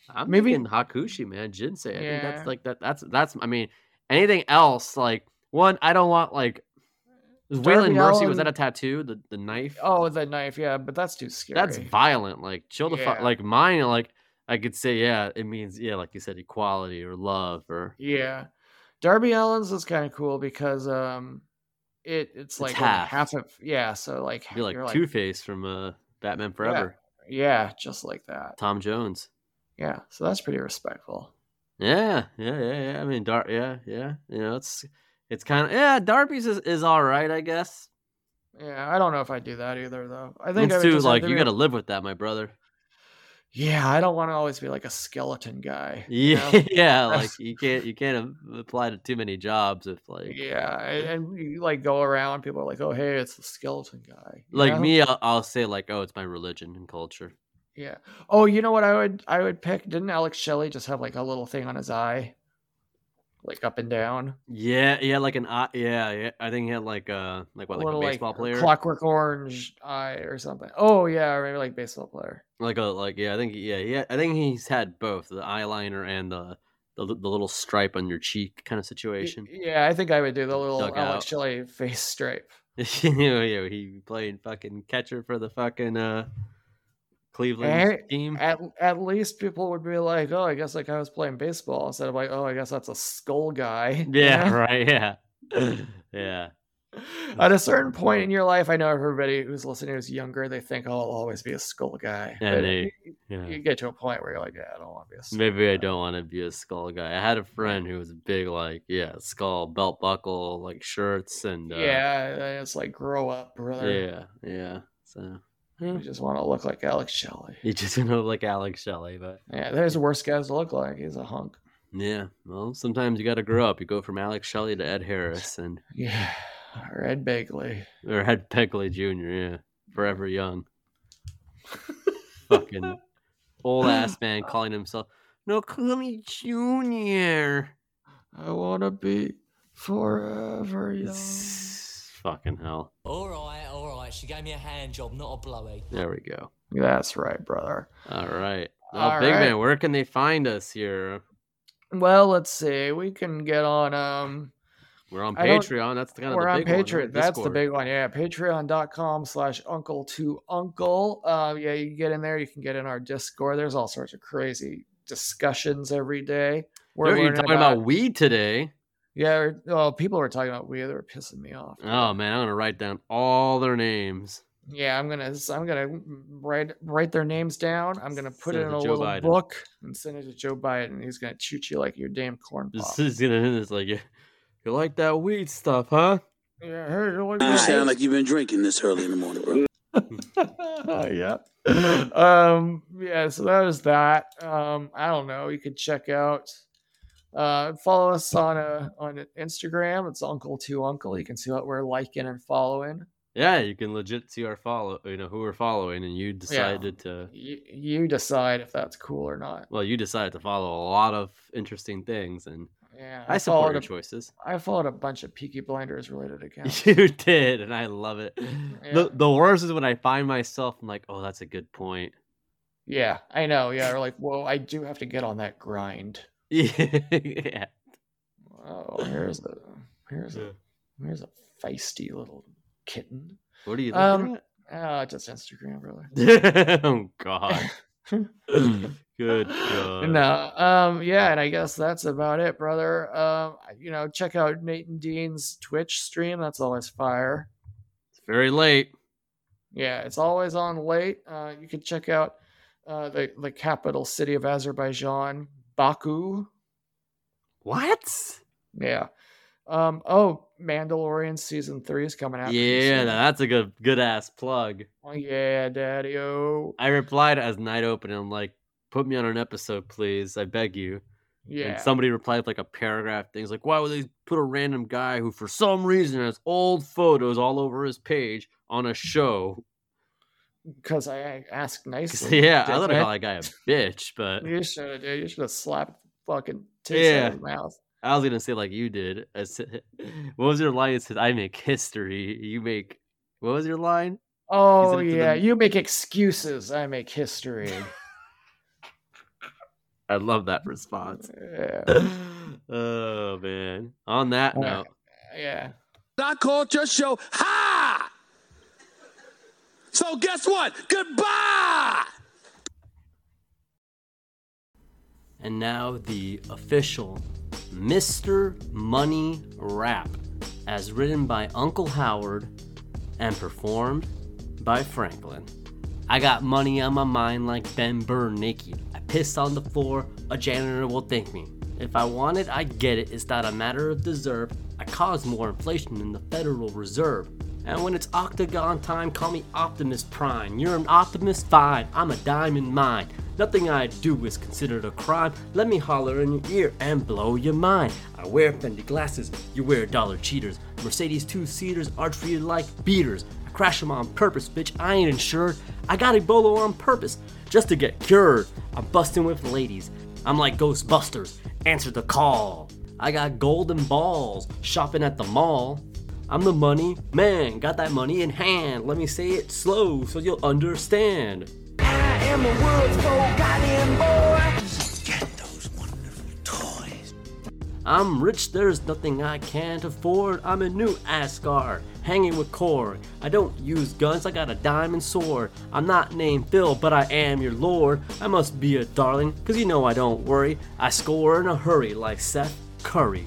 Speaker 3: I'm
Speaker 4: Maybe-
Speaker 3: maybe in Hakushi, man, Jinsei. I think
Speaker 4: Yeah.
Speaker 3: that's like that. That's that's. I mean, anything else? Like one, I don't want like. Was
Speaker 4: Darby
Speaker 3: Waylon Mercy was that a
Speaker 4: Allin-
Speaker 3: tattoo? The the knife.
Speaker 4: Oh, the knife. Yeah, but that's too scary.
Speaker 3: That's violent. Like chill the fuck.
Speaker 4: Yeah.
Speaker 3: Like mine. Like I could say, yeah, it means yeah, like you said, equality or love or
Speaker 4: yeah. Darby Allen's is kind of cool because um, it it's, like only
Speaker 3: half.
Speaker 4: half of yeah. So like
Speaker 3: you're like Two Face from uh, Batman Forever.
Speaker 4: yeah, just like that.
Speaker 3: Tom Jones.
Speaker 4: Yeah, so that's pretty respectful.
Speaker 3: Yeah, yeah, yeah, yeah. I mean, Dar. Yeah, yeah. You know, it's it's kind of yeah. Darby's is, is all right, I guess.
Speaker 4: Yeah, I don't know if I do that either though. I
Speaker 3: I
Speaker 4: think
Speaker 3: think
Speaker 4: I
Speaker 3: it's
Speaker 4: would
Speaker 3: too
Speaker 4: just have
Speaker 3: like
Speaker 4: to
Speaker 3: you
Speaker 4: be-
Speaker 3: got to live with that, my brother.
Speaker 4: Yeah, I don't want to always be like a skeleton guy. you
Speaker 3: Yeah,
Speaker 4: know?
Speaker 3: yeah. Like
Speaker 4: That's-
Speaker 3: you can't you can't a- apply to too many jobs if like
Speaker 4: Yeah, and, and you like go around, people are like, "Oh, hey, it's the skeleton guy." you
Speaker 3: like
Speaker 4: know?
Speaker 3: me, I'll, I'll say like, oh, it's my religion and culture.
Speaker 4: Yeah. Oh, you know what I would I would pick? Didn't Alex Shelley just have like a little thing on his eye, like up and down,
Speaker 3: Yeah, yeah. Like an eye. Yeah, yeah. I think he had like uh like what
Speaker 4: a
Speaker 3: like
Speaker 4: little
Speaker 3: a baseball player,
Speaker 4: Clockwork Orange eye or something? Oh yeah, or maybe like baseball player.
Speaker 3: like a like yeah. I think yeah yeah. I think he's had both the eyeliner and the the, the little stripe on your cheek kind of
Speaker 4: Y-
Speaker 3: situation.
Speaker 4: Yeah, I think I would do the little
Speaker 3: Dugout.
Speaker 4: Alex Shelley face stripe.
Speaker 3: you know, yeah, he played fucking catcher for the fucking uh Cleveland
Speaker 4: Hey,
Speaker 3: team.
Speaker 4: At at least people would be like, "Oh, I guess like I was playing baseball," instead of like, "Oh, I guess that's a skull guy." you
Speaker 3: yeah,
Speaker 4: know?
Speaker 3: right. Yeah, yeah.
Speaker 4: At a certain point in your life, I know everybody who's listening who's younger, they think, oh, I'll always be a skull guy. But
Speaker 3: And they, yeah.
Speaker 4: you get to a point where you're like, yeah, I don't want to be a skull.
Speaker 3: Maybe I don't want to be a skull guy. I had a friend who was big, like yeah, skull belt buckle, like shirts and uh,
Speaker 4: Yeah, and it's like, grow up, brother.
Speaker 3: yeah, yeah. So
Speaker 4: You just want to look like Alex Shelley.
Speaker 3: you just gonna look like Alex Shelley, but
Speaker 4: Yeah, there's worse guys to look like. He's a hunk.
Speaker 3: yeah. Well, sometimes you got to grow up. You go from Alex Shelley to Ed Harris and
Speaker 4: Yeah. Red Bagley.
Speaker 3: or Ed Peckley Jr. Yeah, forever young. Fucking old ass man calling himself No Clooney Jr.
Speaker 4: I want to be forever young.
Speaker 3: Fucking hell.
Speaker 17: All right, all right. She gave me a hand job, not a eh? blowy.
Speaker 3: There we go.
Speaker 4: That's right, brother.
Speaker 3: All right. Well,
Speaker 4: All
Speaker 3: big
Speaker 4: right.
Speaker 3: man, where can they find us here?
Speaker 4: Well, let's see. We can get on. um
Speaker 3: We're on
Speaker 4: I don't-
Speaker 3: Patreon. That's kind of
Speaker 4: we're
Speaker 3: the
Speaker 4: on
Speaker 3: big one,
Speaker 4: Patreon.
Speaker 3: right?
Speaker 4: That's the
Speaker 3: Discord.
Speaker 4: big one. Yeah, patreon.com slash uncle to uncle. Uh, yeah, you can get in there. You can get in our Discord. There's all sorts of crazy discussions every day.
Speaker 3: Dude, you're
Speaker 4: learning
Speaker 3: talking about, weed today.
Speaker 4: Yeah, we're- well, people were talking about weed. They were pissing me off.
Speaker 3: Oh man, I'm gonna write down all their names.
Speaker 4: Yeah, I'm gonna I'm gonna write write their names down. I'm gonna put
Speaker 3: Send
Speaker 4: it
Speaker 3: it
Speaker 4: in
Speaker 3: to
Speaker 4: a
Speaker 3: Joe
Speaker 4: little
Speaker 3: Biden.
Speaker 4: book and send it to Joe Biden. He's gonna shoot you like your damn corn
Speaker 3: This
Speaker 4: pop.
Speaker 3: is gonna it's like you you like that weed stuff, huh?
Speaker 4: Yeah, hey, you like
Speaker 16: You
Speaker 4: that?
Speaker 16: sound like you've been drinking this early in the morning, bro.
Speaker 4: yeah. um yeah so that is that um i don't know you could check out uh follow us on uh on instagram it's uncle to uncle you can see what we're liking and following
Speaker 3: Yeah, you can legit see our follow you know who we're following and you decided to
Speaker 4: you, you decide if that's cool or not
Speaker 3: well, you decided to follow a lot of interesting things and
Speaker 4: yeah
Speaker 3: I
Speaker 4: followed
Speaker 3: support your
Speaker 4: a,
Speaker 3: choices.
Speaker 4: i followed a bunch of peaky blinders related accounts
Speaker 3: You did, and I love it.
Speaker 4: Mm, Yeah.
Speaker 3: The the worst is when I find myself I'm like, oh, that's a good point.
Speaker 4: yeah i know yeah we're like whoa i do have to get on that grind
Speaker 3: yeah.
Speaker 4: oh here's a here's a here's a feisty little kitten Ah,
Speaker 3: What are you looking
Speaker 4: Um, uh, just Instagram, really.
Speaker 3: at? oh God. Good God.
Speaker 4: No. Um, yeah, and I guess that's about it, brother. Um, you know, check out Nathan Dean's Twitch stream. That's always fire.
Speaker 3: It's very late.
Speaker 4: Yeah, it's always on late. Uh, you can check out uh, the the capital city of Azerbaijan, Baku.
Speaker 3: What?
Speaker 4: Yeah. Um, oh, Mandalorian season three is coming out.
Speaker 3: Yeah, now that's a good good ass plug.
Speaker 4: Oh, yeah, daddy. Oh,
Speaker 3: I replied as night open. I'm like, put me on an episode, please. I beg you.
Speaker 4: yeah.
Speaker 3: And somebody replied with like a paragraph thing. It's like, why would they put a random guy who for some reason has old photos all over his page on a show?
Speaker 4: Because I asked
Speaker 3: 'Cause,
Speaker 4: nicely.
Speaker 3: yeah, I would have
Speaker 4: dickhead.
Speaker 3: called that guy a bitch, but
Speaker 4: You should have, dude. You should have slapped the fucking tits out of his
Speaker 3: Yeah.
Speaker 4: mouth.
Speaker 3: I was gonna say like you did. I said- what was your line? It says, "I make history. You make." What was your line?
Speaker 4: Oh
Speaker 3: it to the-
Speaker 4: yeah, you make excuses. I make history.
Speaker 3: I love that response.
Speaker 4: Yeah.
Speaker 3: oh man. On that
Speaker 4: All right.
Speaker 3: note,
Speaker 4: yeah.
Speaker 7: Not culture show. Ha! So guess what? Goodbye!
Speaker 3: and now the official Mr. Money rap, as written by Uncle Howard and performed by Franklin. I got money on my mind like Ben Bernanke. I piss on the floor, a janitor will thank me. If I want it, I get it. It's not a matter of deserve. I cause more inflation than the Federal Reserve. And when it's octagon time, call me Optimus Prime. You're an optimist? Fine, I'm a diamond mine. Nothing I do is considered a crime. Let me holler in your ear and blow your mind. I wear Fendi glasses, you wear dollar cheaters. Mercedes two seaters are treated like beaters. I crash 'em on purpose, bitch. I ain't insured. I got Ebola on purpose just to get cured. I'm busting with ladies. I'm like Ghostbusters. Answer the call. I got golden balls shopping at the mall. I'm the money man. Got that money in hand. Let me say it slow so you'll understand.
Speaker 1: I am the world's most goddamn boy.
Speaker 3: I'm rich, there's nothing I can't afford. I'm a new Asgard, hanging with Korg. I don't use guns, I got a diamond sword. I'm not named Phil, but I am your lord. I must be a darling, cause you know I don't worry. I score in a hurry like Seth Curry.